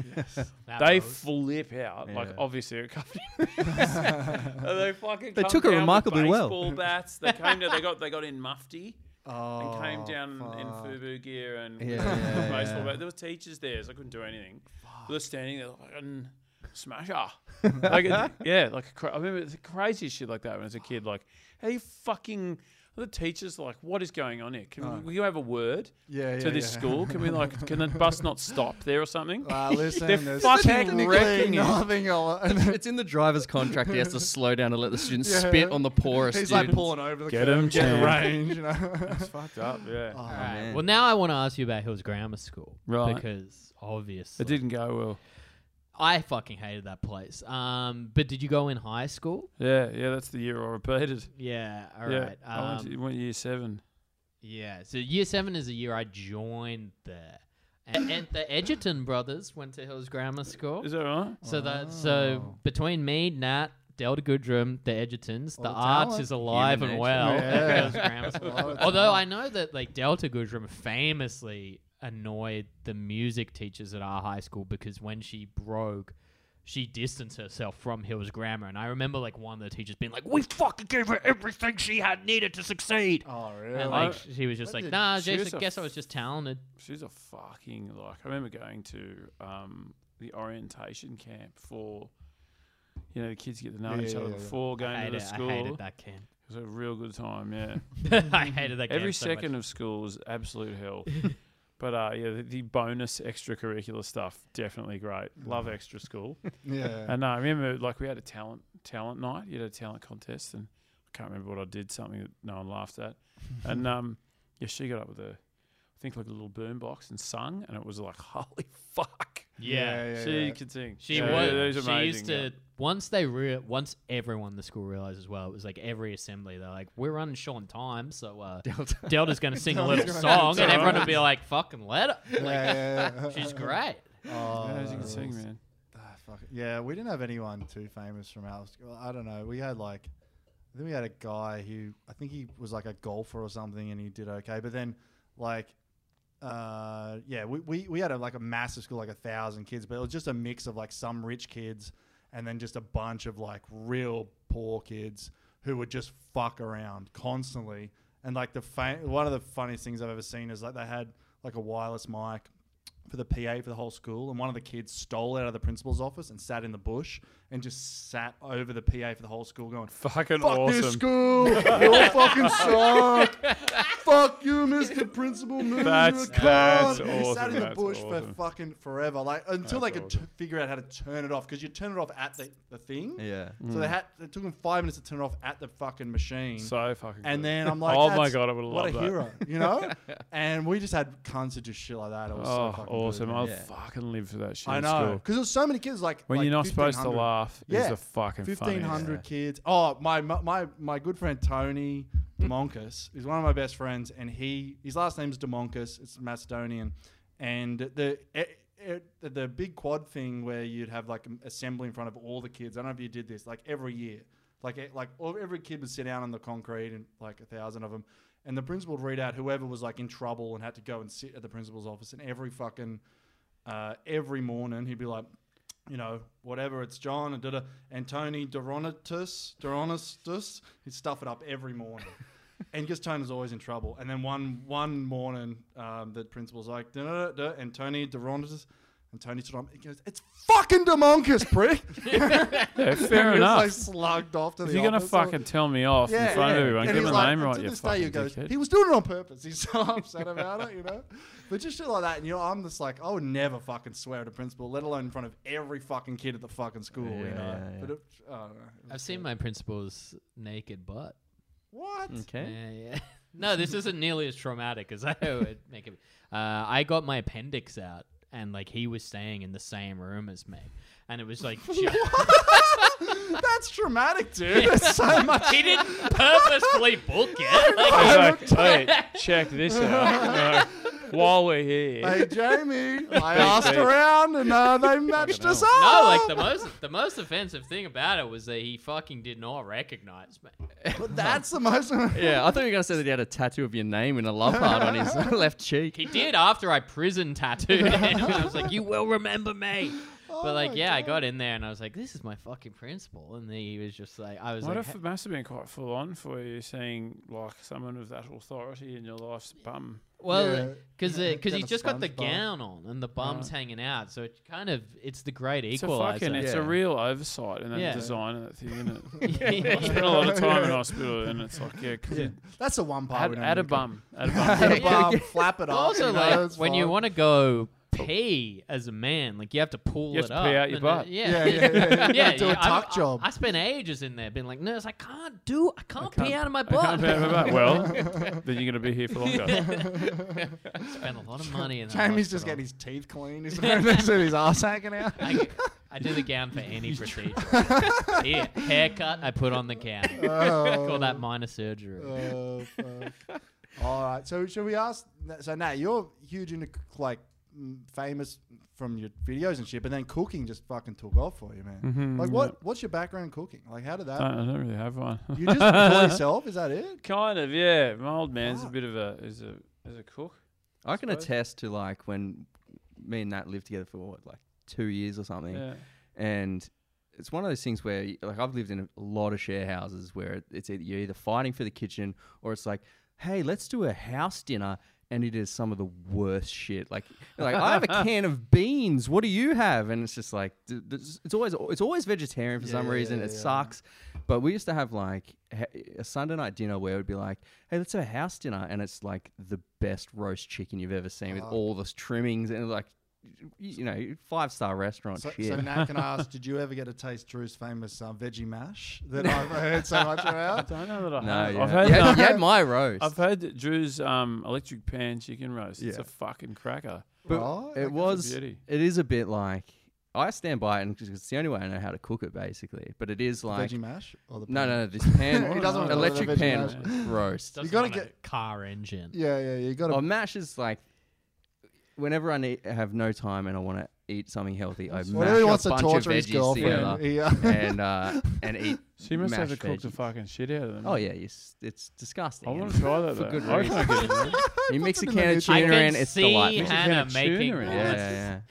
Speaker 3: That
Speaker 2: They
Speaker 3: was-
Speaker 2: flip out, like
Speaker 1: Yeah.
Speaker 2: obviously it covered in piss. And they fucking
Speaker 1: They
Speaker 2: come
Speaker 1: took it
Speaker 2: down with
Speaker 1: remarkably well.
Speaker 2: Baseball bats. They came down. They got they got in mufti and
Speaker 4: oh,
Speaker 2: came down in
Speaker 4: fuck.
Speaker 2: FUBU gear and
Speaker 1: Yeah, yeah,
Speaker 2: baseball
Speaker 1: yeah.
Speaker 2: bat. There were teachers there, so I couldn't do anything. They were standing there like "Mm, smasher. like it- yeah, like a cra- I remember it's crazy shit like that when I was a kid. Like, hey, fucking. The teachers are like, what is going on here? Can
Speaker 1: Oh.
Speaker 2: we, will you have a word
Speaker 4: Yeah, yeah,
Speaker 2: to this
Speaker 4: yeah.
Speaker 2: school? Can we like, can the bus not stop there or something?
Speaker 4: Uh, listen,
Speaker 2: They're
Speaker 4: there's
Speaker 2: fucking
Speaker 4: technically
Speaker 2: wrecking it.
Speaker 4: nothing. al- and
Speaker 1: it's in the driver's contract. He has to slow down to let the students spit on the poorest.
Speaker 4: He's like
Speaker 1: students.
Speaker 4: pulling over the
Speaker 2: Get
Speaker 4: curb,
Speaker 2: him,
Speaker 4: get the
Speaker 2: Chan.
Speaker 4: range. You know?
Speaker 2: fucked up. Yeah,
Speaker 4: Oh,
Speaker 3: All right.
Speaker 1: man.
Speaker 3: Well, now I want to ask you about Hills Grammar School,
Speaker 2: Right.
Speaker 3: Because obviously,
Speaker 2: it didn't go well.
Speaker 3: I fucking hated that place. Um, but did you go in high school?
Speaker 2: Yeah, yeah, that's the year I repeated.
Speaker 3: Yeah. All
Speaker 2: yeah,
Speaker 3: right.
Speaker 2: I went, to,
Speaker 3: Um,
Speaker 2: went year seven.
Speaker 3: yeah. So year seven is the year I joined there, and, and the Edgerton brothers went to Hills Grammar School.
Speaker 2: Is that right?
Speaker 3: So that so between me, Nat, Delta Goodrum, the Edgertons,
Speaker 4: All
Speaker 3: the
Speaker 4: the
Speaker 3: arts
Speaker 4: talent.
Speaker 3: is alive
Speaker 1: Human
Speaker 3: and
Speaker 1: nature.
Speaker 3: well.
Speaker 4: Yeah.
Speaker 3: Because Grandma's-
Speaker 4: A lot of
Speaker 3: Although I
Speaker 4: talent.
Speaker 3: know that like Delta Goodrum famously annoyed the music teachers at our high school because when she broke, she distanced herself from Hill's grammar. And I remember like one of the teachers being like, "We fucking gave her everything she had needed to succeed."
Speaker 4: Oh, really?
Speaker 3: And like
Speaker 2: I-
Speaker 3: she was just
Speaker 2: I
Speaker 3: like,
Speaker 2: did-
Speaker 3: "Nah,
Speaker 2: she was
Speaker 3: Jason,
Speaker 2: a
Speaker 3: guess I
Speaker 2: f-
Speaker 3: was just talented."
Speaker 2: She's a fucking like. I remember going to um, the orientation camp for, you know, the kids get to know
Speaker 4: Yeah,
Speaker 2: each
Speaker 4: yeah,
Speaker 2: other
Speaker 4: yeah, yeah.
Speaker 2: before going
Speaker 3: I
Speaker 2: to
Speaker 3: hated,
Speaker 2: the school.
Speaker 3: I hated that camp.
Speaker 2: It was a real good time. Yeah.
Speaker 3: I hated that camp.
Speaker 2: Every
Speaker 3: so much.
Speaker 2: second of school is absolute hell. but uh, yeah, the, the bonus extracurricular stuff definitely great. Love extra school.
Speaker 4: yeah.
Speaker 2: and uh, I remember like we had a talent talent night. You had a talent contest, and I can't remember what I did. Something that no one laughed at. and um, yeah, she got up with a, I think like a little boom box and sung, and it was like holy fuck.
Speaker 3: yeah.
Speaker 4: yeah,
Speaker 2: she
Speaker 4: yeah.
Speaker 2: could sing.
Speaker 3: She
Speaker 2: Yeah,
Speaker 3: was.
Speaker 2: it
Speaker 3: she used to.
Speaker 2: yeah.
Speaker 3: Once they re- once everyone in the school realized as well, it was like every assembly they're like, "We're running short on time, so uh, Delta's going to sing a
Speaker 4: Delta's
Speaker 3: little
Speaker 4: gonna-
Speaker 3: song," and everyone will be like, "Fucking let her." Like,
Speaker 4: yeah, yeah, yeah.
Speaker 3: she's great. Uh,
Speaker 4: Oh,
Speaker 2: Yeah, she
Speaker 4: that
Speaker 2: could sing,
Speaker 4: rules.
Speaker 2: man.
Speaker 4: Ah, fuck it. Yeah, we didn't have anyone too famous from our school. I don't know. We had like, I think we had a guy who I think he was like a golfer or something, and he did okay. But then, like, uh, yeah, we we, we had a, like a massive school, like a thousand kids, but it was just a mix of like some rich kids and then just a bunch of like real poor kids who would just fuck around constantly. And like the fa- one of the funniest things I've ever seen is like they had like a wireless mic for the PA for the whole school, and one of the kids stole it out of the principal's office and sat in the bush and just sat over the PA for the whole school, going,
Speaker 2: Fucking
Speaker 4: "Fuck this
Speaker 2: awesome.
Speaker 4: school, you all fucking suck, fuck you, Mr. Principal, man,
Speaker 2: That's-
Speaker 4: you're a cunt."
Speaker 2: that's
Speaker 4: And He sat
Speaker 2: awesome,
Speaker 4: in the
Speaker 2: that's
Speaker 4: bush for
Speaker 2: awesome.
Speaker 4: fucking forever, like until
Speaker 2: That's
Speaker 4: they could
Speaker 2: awesome.
Speaker 4: t- figure out how to turn it off because you turn it off at the, the thing.
Speaker 1: Yeah.
Speaker 4: So they had it took them five minutes to turn it off at the fucking machine.
Speaker 2: So fucking.
Speaker 4: And
Speaker 2: good.
Speaker 4: then I'm like,
Speaker 2: Oh my
Speaker 4: "That's-
Speaker 2: God, I would've
Speaker 4: What
Speaker 2: loved
Speaker 4: a
Speaker 2: that."
Speaker 4: hero, you know? and we just had cunts that just shit like that. It was
Speaker 2: Oh,
Speaker 4: so fucking good,
Speaker 2: awesome!
Speaker 4: man.
Speaker 2: I
Speaker 1: Yeah.
Speaker 2: fucking live for that shit.
Speaker 4: I
Speaker 2: in
Speaker 4: know
Speaker 2: school.
Speaker 4: because there's so many kids like
Speaker 2: When
Speaker 4: like
Speaker 2: you're not supposed to
Speaker 4: 1500.
Speaker 2: laugh,
Speaker 4: Yeah.
Speaker 2: is the fucking
Speaker 4: Fifteen hundred
Speaker 2: funniest.
Speaker 4: kids. Oh my, my my my good friend Tony Demonkas is one of my best friends, and he his last name's Demonkas. It's Macedonian, and the. It, it, the- the big quad thing where you'd have like an assembly in front of all the kids. I don't know if you did this like every year, like it, like all, every kid would sit down on the concrete and like a thousand of them, and the principal would read out whoever was like in trouble and had to go and sit at the principal's office. And every fucking uh, every morning he'd be like, you know, whatever, it's John and da-da, and Tony Duronitus, Duronistus, he'd stuff it up every morning. and because Tony's always in trouble. And then one one morning, um, the principal's like, da-da-da-da, and Tony Duronitus, and Tony stood up, he goes, it's fucking Demonkus, prick.
Speaker 2: Yeah,
Speaker 4: And
Speaker 2: fair
Speaker 4: he
Speaker 2: enough.
Speaker 4: was, like, slugged off to
Speaker 2: If
Speaker 4: the
Speaker 2: you're gonna
Speaker 4: office. I-
Speaker 2: fucking tell me off in front of everyone,
Speaker 4: and
Speaker 2: give
Speaker 4: he's
Speaker 2: my
Speaker 4: like-
Speaker 2: name
Speaker 4: and
Speaker 2: right,
Speaker 4: To
Speaker 2: you
Speaker 4: this day,
Speaker 2: fucking
Speaker 4: he goes,
Speaker 2: dickhead.
Speaker 4: he was doing it on purpose. He's so upset about it, you know. But just shit like that, and you know, I'm just like, I would never fucking swear at a principal, let alone in front of every fucking kid at the fucking school, you
Speaker 1: Yeah,
Speaker 4: know.
Speaker 1: yeah, yeah.
Speaker 4: But it, I don't know. It
Speaker 3: I've
Speaker 4: was
Speaker 3: seen
Speaker 4: good.
Speaker 3: my principal's naked butt.
Speaker 4: what?
Speaker 2: Eh?
Speaker 1: Okay.
Speaker 3: Yeah, yeah. no, this isn't nearly as traumatic as I would make it. Uh, I got my appendix out, and like he was staying in the same room as me, and it was like. Just-
Speaker 4: That's traumatic, dude. There's so much.
Speaker 3: He didn't purposefully book it. Like,
Speaker 2: He's like, wait, check this out. No. While we're here,
Speaker 4: Hey Jamie, I asked
Speaker 2: babe.
Speaker 4: around and uh, they matched us up.
Speaker 3: No, like the most the most offensive thing about it was that he fucking did not recognize me.
Speaker 4: But that's the most.
Speaker 1: Yeah, I thought you were gonna say that he had a tattoo of your name and a love heart on his left cheek.
Speaker 3: He did after I prison tattooed him. I was like, "You will remember me."
Speaker 4: Oh
Speaker 3: but like,
Speaker 4: my
Speaker 3: yeah, I
Speaker 4: God.
Speaker 3: got in there and I was like, "This is my fucking principal," and then he was just like, "I was
Speaker 2: what
Speaker 3: like,
Speaker 2: if it must have been quite full on for you seeing like someone of that authority in your life's bum?
Speaker 3: well, because
Speaker 4: Yeah,
Speaker 3: because
Speaker 4: kinda
Speaker 3: he's just got the
Speaker 4: SpongeBob.
Speaker 3: gown on and the bum's hanging out, so it kind of it's the great
Speaker 2: It's a fucking,
Speaker 3: equalizer."
Speaker 2: it's
Speaker 1: Yeah.
Speaker 2: a real oversight in that
Speaker 3: Yeah.
Speaker 2: design of that thing, isn't it? I spent a lot of time in hospital, and it's like, yeah, could you
Speaker 4: That's the one part.
Speaker 2: add,
Speaker 4: we don't
Speaker 2: add a
Speaker 4: really cover.
Speaker 2: bum, add a
Speaker 4: Add
Speaker 2: bum.
Speaker 4: a bum, flap it up.
Speaker 3: also
Speaker 4: you know,
Speaker 3: like
Speaker 4: it's
Speaker 3: when
Speaker 4: fine.
Speaker 3: you want to go pee as a man, like you have to pull
Speaker 2: You have
Speaker 3: it
Speaker 2: to
Speaker 3: up.
Speaker 2: pee out your
Speaker 3: and,
Speaker 2: butt.
Speaker 3: uh, yeah,
Speaker 4: Yeah, yeah, yeah, yeah.
Speaker 3: yeah,
Speaker 4: Do a
Speaker 3: yeah, I'm-
Speaker 4: tuck job.
Speaker 3: I, I spent ages in there, being like, nurse, I can't do, I can't, pee out of my
Speaker 2: I can't
Speaker 3: butt.
Speaker 2: pay my back. Well, then you're gonna be here for longer.
Speaker 3: spent a lot of money. In that
Speaker 4: Jamie's just
Speaker 3: hospital.
Speaker 4: getting his teeth clean. He's next to his ass hanging out.
Speaker 3: I, I do the gown for any procedure. Here, haircut, I put on the gown. Call that minor surgery.
Speaker 4: uh, Oh, fuck. All right. So should we ask? So Nat, you're huge into like mm, famous from your videos and shit, but then cooking just fucking took off for you, man.
Speaker 2: Mm-hmm.
Speaker 4: like, what? What's your background in cooking? Like, how did that?
Speaker 2: I don't, I don't really have one.
Speaker 4: you just cook yourself? Is that it?
Speaker 2: kind of, yeah. My old man's a
Speaker 4: Fuck.
Speaker 2: bit of a is a is a cook.
Speaker 1: I can
Speaker 2: suppose.
Speaker 1: attest to like when me and Nat lived together for what, like two years or something,
Speaker 2: Yeah.
Speaker 1: and it's one of those things where y- like I've lived in a lot of share houses where it- it's either you're either fighting for the kitchen or it's like, hey, let's do a house dinner. And it is some of the worst shit. Like, like I have a can of beans. What do you have? And it's just like th- th- it's always it's always vegetarian for some
Speaker 4: Yeah,
Speaker 1: reason.
Speaker 4: yeah,
Speaker 1: it
Speaker 4: yeah.
Speaker 1: sucks. But we used to have like he- a Sunday night dinner where it would be like, hey, let's have a house dinner, and it's like the best roast chicken you've ever seen with all the trimmings and like, y- you know, five star restaurant
Speaker 4: So,
Speaker 1: Oh, shit.
Speaker 4: so Nat can ask, did you ever get to taste Drew's famous uh, veggie mash that I've heard so much about?
Speaker 2: I don't know that I
Speaker 1: No,
Speaker 2: have.
Speaker 1: yeah.
Speaker 2: I've had,
Speaker 1: you, had,
Speaker 2: um,
Speaker 1: you had my roast.
Speaker 2: I've had that Drew's um, electric pan chicken roast. It's
Speaker 1: Yeah.
Speaker 2: a fucking cracker.
Speaker 1: but
Speaker 4: Right, okay.
Speaker 1: it was.
Speaker 2: beauty.
Speaker 1: It is a bit like I stand by it, and 'cause it's the only way I know how to cook it, basically. But it is like
Speaker 4: veggie mash or the
Speaker 1: no,
Speaker 4: pan?
Speaker 1: no, this pan
Speaker 4: He doesn't want to call it a
Speaker 1: electric
Speaker 4: veggie
Speaker 1: pan roast.
Speaker 3: Doesn't
Speaker 4: gotta
Speaker 3: want a
Speaker 4: get-
Speaker 3: car engine.
Speaker 4: Yeah, yeah, you got to.
Speaker 1: Oh, mash is like whenever I need, have no time and I want to eat something healthy, I
Speaker 4: Whatever
Speaker 1: mash
Speaker 4: he
Speaker 1: a
Speaker 4: wants
Speaker 1: bunch
Speaker 4: to
Speaker 1: of
Speaker 4: torture his
Speaker 1: veggies
Speaker 4: girlfriend.
Speaker 1: together
Speaker 4: Yeah.
Speaker 1: and uh, and eat.
Speaker 2: So you must have to
Speaker 1: mashed
Speaker 2: cook the
Speaker 1: veggies.
Speaker 2: fucking shit out of them.
Speaker 1: Oh yeah, it's, it's disgusting.
Speaker 2: I want to
Speaker 1: And
Speaker 2: try that
Speaker 1: for
Speaker 2: though.
Speaker 1: good
Speaker 2: I reckon I
Speaker 1: reason.
Speaker 2: could do that.
Speaker 1: you mix a
Speaker 4: Put it in
Speaker 1: can
Speaker 4: the
Speaker 1: of
Speaker 4: I
Speaker 1: tuna in, it's
Speaker 3: see
Speaker 1: delightful.
Speaker 2: Hannah
Speaker 3: Hannah
Speaker 2: tuna
Speaker 3: making.
Speaker 2: in.
Speaker 1: Yeah,
Speaker 2: Yeah,
Speaker 1: yeah,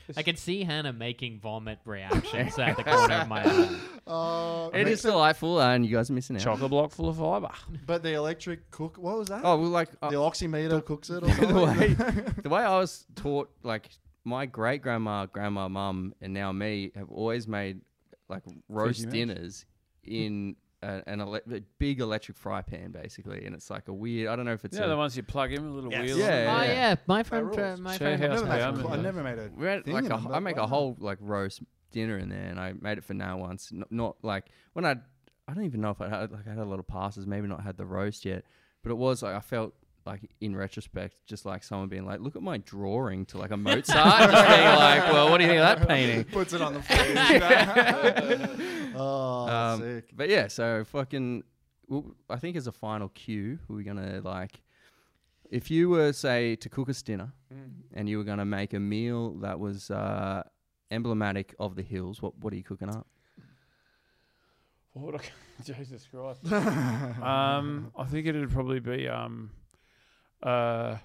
Speaker 2: it's
Speaker 1: yeah.
Speaker 3: I can see Hannah making vomit reactions at the corner of my eye.
Speaker 4: Uh,
Speaker 1: It is delightful, and you guys are missing out.
Speaker 2: Chocolate block full of fiber.
Speaker 4: But the electric cook, what was that?
Speaker 1: Oh, well, like uh,
Speaker 4: the oximeter cooks it. Or
Speaker 1: the
Speaker 4: something?
Speaker 1: way the way I was taught, like my great grandma, grandma, mum, and now me have always made like roast
Speaker 2: mash?
Speaker 1: dinners in a, an ele- a big electric fry pan, basically, and it's like a weird. I don't know if it's
Speaker 2: Yeah,
Speaker 1: a,
Speaker 2: the ones you plug in with a little wheel.
Speaker 1: Yeah,
Speaker 3: Oh
Speaker 1: yeah.
Speaker 3: yeah, my friend,
Speaker 4: rules.
Speaker 3: uh, my
Speaker 2: Share
Speaker 3: friend,
Speaker 2: house
Speaker 4: I never
Speaker 2: Yeah,
Speaker 4: made a cook- I
Speaker 2: man.
Speaker 4: never made a.
Speaker 1: we had,
Speaker 4: thing
Speaker 1: like
Speaker 4: in
Speaker 1: a,
Speaker 4: them,
Speaker 1: I
Speaker 4: but
Speaker 1: make
Speaker 4: wow.
Speaker 1: a whole like roast dinner in there, and I made it for now once. Not, not like when I I don't even know if I had like I had a lot of passes, maybe not had the roast yet, but it was like I felt. Like in retrospect, just like someone being like, "Look at my drawing to like a Mozart," just being like, "Well, oh, what do you think of that painting?"
Speaker 4: Puts it on the fridge. oh,
Speaker 1: Um,
Speaker 4: sick.
Speaker 1: But yeah, so fucking. Well, I think as a final cue, we're gonna like, if you were say to cook us dinner,
Speaker 2: Mm.
Speaker 1: and you were gonna make a meal that was uh, emblematic of the hills, what what are you cooking up?
Speaker 2: What would I- Jesus Christ. um, I think it'd probably be um, uh,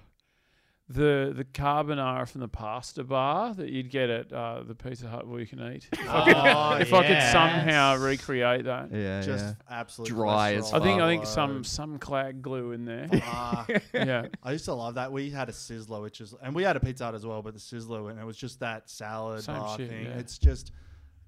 Speaker 2: the the carbonara from the pasta bar that you'd get at uh, the Pizza Hut where you can eat. If, I, could,
Speaker 3: Oh,
Speaker 2: if I could somehow
Speaker 3: yes.
Speaker 2: recreate that,
Speaker 1: Yeah,
Speaker 4: Oh, Just absolute
Speaker 1: Dry as
Speaker 4: cholesterol Uh,
Speaker 2: I think I think
Speaker 4: load.
Speaker 2: some some clag glue in there.
Speaker 4: Ah,
Speaker 2: yeah,
Speaker 4: I used to love that. We had a sizzler, which is, and we had a pizza hut as well, but the sizzler, and it was just that salad
Speaker 2: Same
Speaker 4: bar
Speaker 2: shit,
Speaker 4: thing.
Speaker 2: yeah.
Speaker 4: It's just,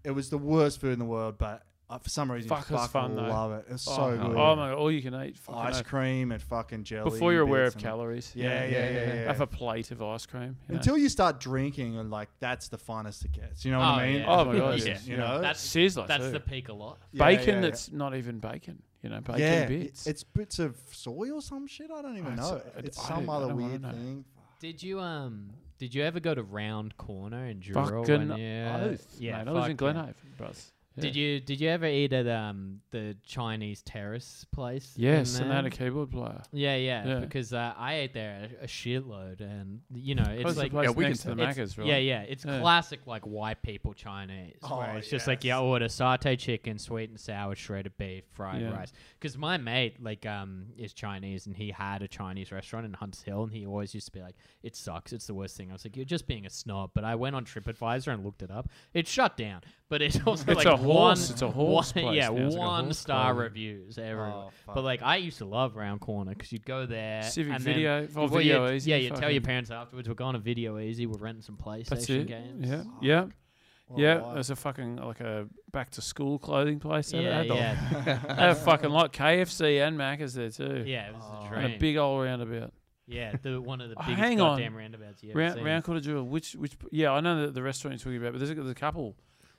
Speaker 4: it was the worst food in the world, but uh, for some reason,
Speaker 2: Fuck, it was fun,
Speaker 4: fucking
Speaker 2: though.
Speaker 4: love it. It was
Speaker 2: oh,
Speaker 4: so good.
Speaker 2: Oh my god, all you can eat fucking
Speaker 4: Ice
Speaker 2: oath.
Speaker 4: cream and fucking jelly.
Speaker 2: before you're aware
Speaker 4: bits
Speaker 2: of
Speaker 4: and-
Speaker 2: calories.
Speaker 4: Yeah, yeah, yeah. yeah,
Speaker 2: Have a plate of ice cream. you know.
Speaker 4: Until you start drinking, and like that's the finest it gets. You know what
Speaker 3: Oh,
Speaker 4: I mean?
Speaker 3: yeah.
Speaker 2: Oh, my God,
Speaker 4: It
Speaker 2: yeah.
Speaker 4: is, You know,
Speaker 3: That's
Speaker 2: Sizzler
Speaker 3: That's
Speaker 2: too.
Speaker 3: the peak a lot.
Speaker 4: Yeah, yeah,
Speaker 2: bacon
Speaker 4: yeah.
Speaker 2: that's not even bacon. You know, bacon
Speaker 4: yeah,
Speaker 2: bits.
Speaker 4: It's bits of soy or some shit. I don't even
Speaker 2: That's-
Speaker 4: know.
Speaker 2: I-
Speaker 4: It's
Speaker 2: I
Speaker 4: some
Speaker 2: don't- I
Speaker 4: other
Speaker 2: don't wanna
Speaker 4: weird
Speaker 2: know.
Speaker 4: thing.
Speaker 3: Did you um? Did you ever go to Round Corner in Dural?
Speaker 2: fucking
Speaker 3: when you-
Speaker 2: oath.
Speaker 3: yeah,
Speaker 2: mate. I was in
Speaker 3: fuck yeah.
Speaker 2: Glenhaven, bros. Yeah.
Speaker 3: Did you did you ever eat at um the Chinese terrace place? in
Speaker 2: Yes, and they
Speaker 3: there?
Speaker 2: had a keyboard player.
Speaker 3: yeah, yeah,
Speaker 2: Yeah.
Speaker 3: because uh, I ate there a, a shitload, and you know
Speaker 2: That was
Speaker 3: it's
Speaker 2: the
Speaker 3: like
Speaker 2: place
Speaker 1: Yeah, we
Speaker 2: next
Speaker 1: can-
Speaker 2: to the
Speaker 3: it's-
Speaker 2: Macca's, right?
Speaker 3: Yeah, yeah. It's
Speaker 2: Yeah.
Speaker 3: classic like white people Chinese. where
Speaker 4: Oh,
Speaker 3: it's just like you
Speaker 4: yes.
Speaker 3: order satay chicken, sweet and sour, shredded beef, fried
Speaker 2: Yeah.
Speaker 3: rice. Because my mate like um is Chinese and he had a Chinese restaurant in Hunts Hill and he always used to be like, It sucks, it's the worst thing. I was like, You're just being a snob. But I went on TripAdvisor and looked it up. It's shut down. But it's also
Speaker 2: It's
Speaker 3: like
Speaker 2: a
Speaker 3: one,
Speaker 2: horse- it's a horse
Speaker 3: one-
Speaker 2: place
Speaker 3: yeah,
Speaker 2: now. It's like a
Speaker 3: one
Speaker 2: horse Oh,
Speaker 3: star
Speaker 2: clothing.
Speaker 3: reviews everywhere.
Speaker 4: Oh, fuck.
Speaker 3: but like I used to love Round Corner because you'd go there
Speaker 2: Civic
Speaker 3: and
Speaker 2: Video-
Speaker 3: then,
Speaker 2: oh,
Speaker 3: before
Speaker 2: Video
Speaker 3: you,
Speaker 2: Easy,
Speaker 3: Yeah, you tell your
Speaker 2: fucking-
Speaker 3: parents afterwards we're going to Video Easy. We're renting some PlayStation
Speaker 2: That's it.
Speaker 3: games.
Speaker 2: Yeah, yeah, yeah.
Speaker 4: life.
Speaker 2: There's a fucking like a back to school clothing place. there. They
Speaker 3: yeah,
Speaker 2: had the-
Speaker 3: yeah,
Speaker 2: They had fucking like KFC and Macca's there too.
Speaker 3: yeah. It was a
Speaker 2: And
Speaker 3: dream.
Speaker 2: a big old roundabout.
Speaker 3: yeah, the one of the
Speaker 2: Oh,
Speaker 3: biggest
Speaker 2: hang on.
Speaker 3: goddamn roundabouts you ever
Speaker 2: Round,
Speaker 3: seen.
Speaker 2: round quarter jewel. Which which? Yeah, I know that the restaurant you're talking about, but there's a, there's a couple,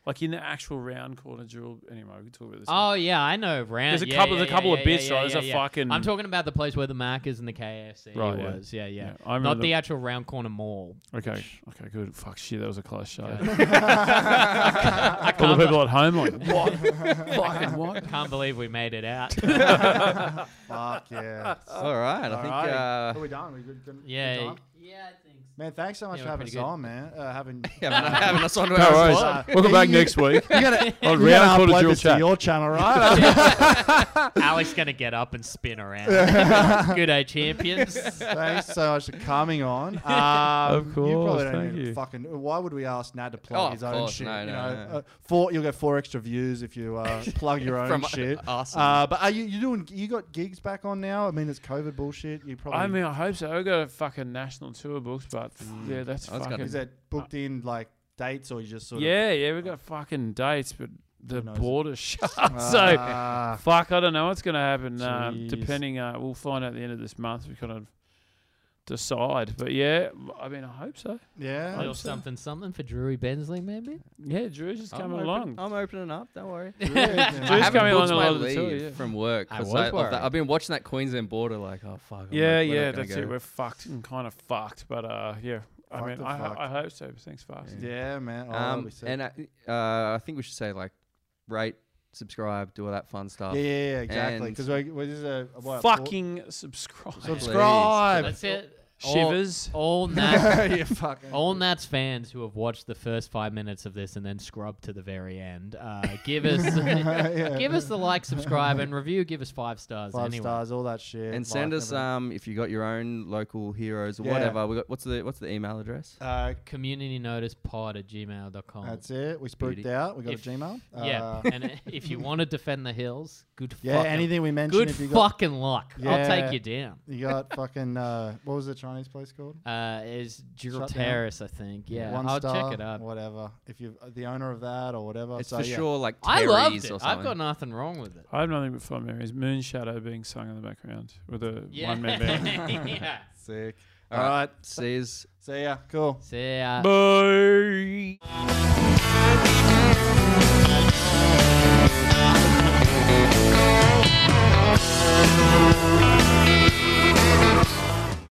Speaker 2: like in the actual round corner jewel. Anyway, we can talk about this.
Speaker 3: Oh yeah, I know. Round.
Speaker 2: There's a
Speaker 3: yeah,
Speaker 2: couple-
Speaker 3: Yeah,
Speaker 2: there's a couple
Speaker 3: yeah,
Speaker 2: of
Speaker 3: yeah,
Speaker 2: bits,
Speaker 3: Yeah,
Speaker 2: though. There's
Speaker 3: yeah,
Speaker 2: a
Speaker 3: yeah.
Speaker 2: fucking-
Speaker 3: I'm talking about the place where the Macca's and the KFC
Speaker 2: Right, yeah.
Speaker 3: was. Yeah, yeah.
Speaker 2: Yeah, I
Speaker 3: Not
Speaker 2: remember-
Speaker 3: the actual round corner mall.
Speaker 2: okay, okay, good. Fuck shit, that was a close shot.
Speaker 3: I
Speaker 2: All
Speaker 3: can't,
Speaker 2: the
Speaker 3: be-
Speaker 2: people at home like what? fucking what?
Speaker 3: can't believe we made it out.
Speaker 4: Fuck yeah.
Speaker 1: All right, I think.
Speaker 4: Alrighty.
Speaker 1: Uh,
Speaker 4: Are we done? We good? good- good
Speaker 3: yeah,
Speaker 4: time?
Speaker 3: yeah, I think so.
Speaker 4: Man, thanks so much
Speaker 3: Yeah,
Speaker 4: for
Speaker 3: we're
Speaker 4: having us
Speaker 3: pretty good.
Speaker 4: on, man. Uh, having
Speaker 1: Having, having us on to
Speaker 7: No
Speaker 1: our
Speaker 7: worries.
Speaker 1: squad.
Speaker 7: Welcome back next week
Speaker 4: you gotta,
Speaker 7: on
Speaker 4: you gotta
Speaker 7: Round Quarter
Speaker 4: upload
Speaker 7: Dual
Speaker 4: this to
Speaker 7: Chat.
Speaker 4: your channel, right?
Speaker 3: Alex gonna get up and spin around. Good day, champions.
Speaker 4: thanks so much for coming on. Um,
Speaker 7: course,
Speaker 4: you probably don't
Speaker 7: thank
Speaker 4: need to
Speaker 7: you.
Speaker 4: Fucking, why would we ask Nad to plug
Speaker 1: Oh,
Speaker 4: his
Speaker 1: of
Speaker 4: own
Speaker 1: course,
Speaker 4: shit?
Speaker 1: no,
Speaker 4: you
Speaker 1: no,
Speaker 4: know,
Speaker 1: no.
Speaker 4: uh, four, you'll get four extra views if you uh, plug your own
Speaker 1: From
Speaker 4: shit.
Speaker 1: us.
Speaker 4: Uh, but are you you doing? You got gigs back on now? I mean, it's COVID bullshit. You probably
Speaker 2: I mean, I hope so. I got a fucking national tour booked, but f-
Speaker 3: Mm.
Speaker 2: yeah, that's
Speaker 1: I was gonna-
Speaker 2: fucking.
Speaker 4: is that booked in like dates or you just sort
Speaker 2: yeah, yeah, we
Speaker 3: Oh.
Speaker 2: got fucking dates, but the
Speaker 4: knows?
Speaker 2: border's shut.
Speaker 4: of
Speaker 2: so
Speaker 4: Ah,
Speaker 2: fuck, I don't know what's gonna happen. Uh,
Speaker 4: Jeez.
Speaker 2: depending, uh, we'll find out at the end of this month. We kind of decide, but yeah, I mean, I hope so.
Speaker 4: yeah.
Speaker 3: little something, something for Drury Bensley, maybe.
Speaker 2: Yeah, Drew's just
Speaker 1: I'm
Speaker 2: coming
Speaker 1: open-
Speaker 2: along.
Speaker 1: I'm opening up. Don't worry. I
Speaker 4: Yeah.
Speaker 2: Just
Speaker 1: haven't
Speaker 2: coming
Speaker 1: booked
Speaker 2: along a
Speaker 1: my
Speaker 2: lot of the
Speaker 1: leave
Speaker 2: tour, yeah.
Speaker 1: from work.
Speaker 3: I
Speaker 1: 'cause
Speaker 3: was
Speaker 1: I of
Speaker 3: worried.
Speaker 1: that. I've been watching that Queensland border like, oh fuck. I'm not- we're
Speaker 2: yeah,
Speaker 1: not
Speaker 2: yeah,
Speaker 1: gonna
Speaker 2: that's it.
Speaker 1: go.
Speaker 2: We're fucked and kind of fucked, but uh, yeah. I
Speaker 4: Hmm. Fucked
Speaker 2: mean,
Speaker 4: or
Speaker 2: I, ho-
Speaker 4: fucked?
Speaker 2: I hope so. but Thanks, fast.
Speaker 4: Yeah, man. Oh, that'll
Speaker 1: Um,
Speaker 4: be sick.
Speaker 1: and I, uh, I think we should say like, rate, subscribe, do all that fun stuff.
Speaker 4: yeah, yeah, yeah, exactly.
Speaker 1: and-
Speaker 4: Because we're, we're just a a- what, a four-
Speaker 2: Fucking subscribe.
Speaker 4: subscribe.
Speaker 3: That's it.
Speaker 2: Shivers.
Speaker 3: All Nats,
Speaker 4: you fucking.
Speaker 3: all Nats fans who have watched the first five minutes of this and then scrubbed to the very end, uh, give us
Speaker 4: Yeah.
Speaker 3: give us the like, subscribe, and review. Give us five stars.
Speaker 4: Five
Speaker 3: anyway.
Speaker 4: stars, all that shit.
Speaker 1: And send
Speaker 4: like
Speaker 1: us
Speaker 4: everything.
Speaker 1: um if you got your own local heroes or
Speaker 4: Yeah.
Speaker 1: whatever. We got what's the what's the email address?
Speaker 4: Uh,
Speaker 3: Community notice pod at gmail.com.
Speaker 4: that's it. We spooked
Speaker 1: Beauty.
Speaker 4: out. We got
Speaker 3: Oh, If-
Speaker 4: a Gmail.
Speaker 3: yeah,
Speaker 4: Uh,
Speaker 3: and if you want to defend the hills, good
Speaker 4: yeah.
Speaker 3: fucking,
Speaker 4: Anything we mentioned,
Speaker 3: good
Speaker 4: if you got,
Speaker 3: fucking luck. I'll
Speaker 4: Yeah.
Speaker 3: take you down.
Speaker 4: you got fucking. Uh, what was the Chinese place called?
Speaker 3: Uh, is Gerald
Speaker 4: Shut down.
Speaker 3: Terrace, I think. Yeah,
Speaker 4: One
Speaker 3: I'll
Speaker 4: star,
Speaker 3: check it up.
Speaker 4: Whatever. If you're the owner of that or whatever,
Speaker 1: It's
Speaker 4: so
Speaker 1: for
Speaker 4: yeah.
Speaker 1: sure like
Speaker 3: I
Speaker 1: Terry's
Speaker 3: loved
Speaker 1: or
Speaker 3: it.
Speaker 1: something.
Speaker 3: I've got nothing wrong with it.
Speaker 2: I have nothing but fond memories. Moonshadow being sung in the background with a
Speaker 3: Yeah.
Speaker 2: one man band.
Speaker 3: yeah.
Speaker 4: Sick.
Speaker 1: All right, see yous.
Speaker 3: uh,
Speaker 4: See ya. Cool.
Speaker 3: See ya.
Speaker 2: Bye.
Speaker 5: Bye.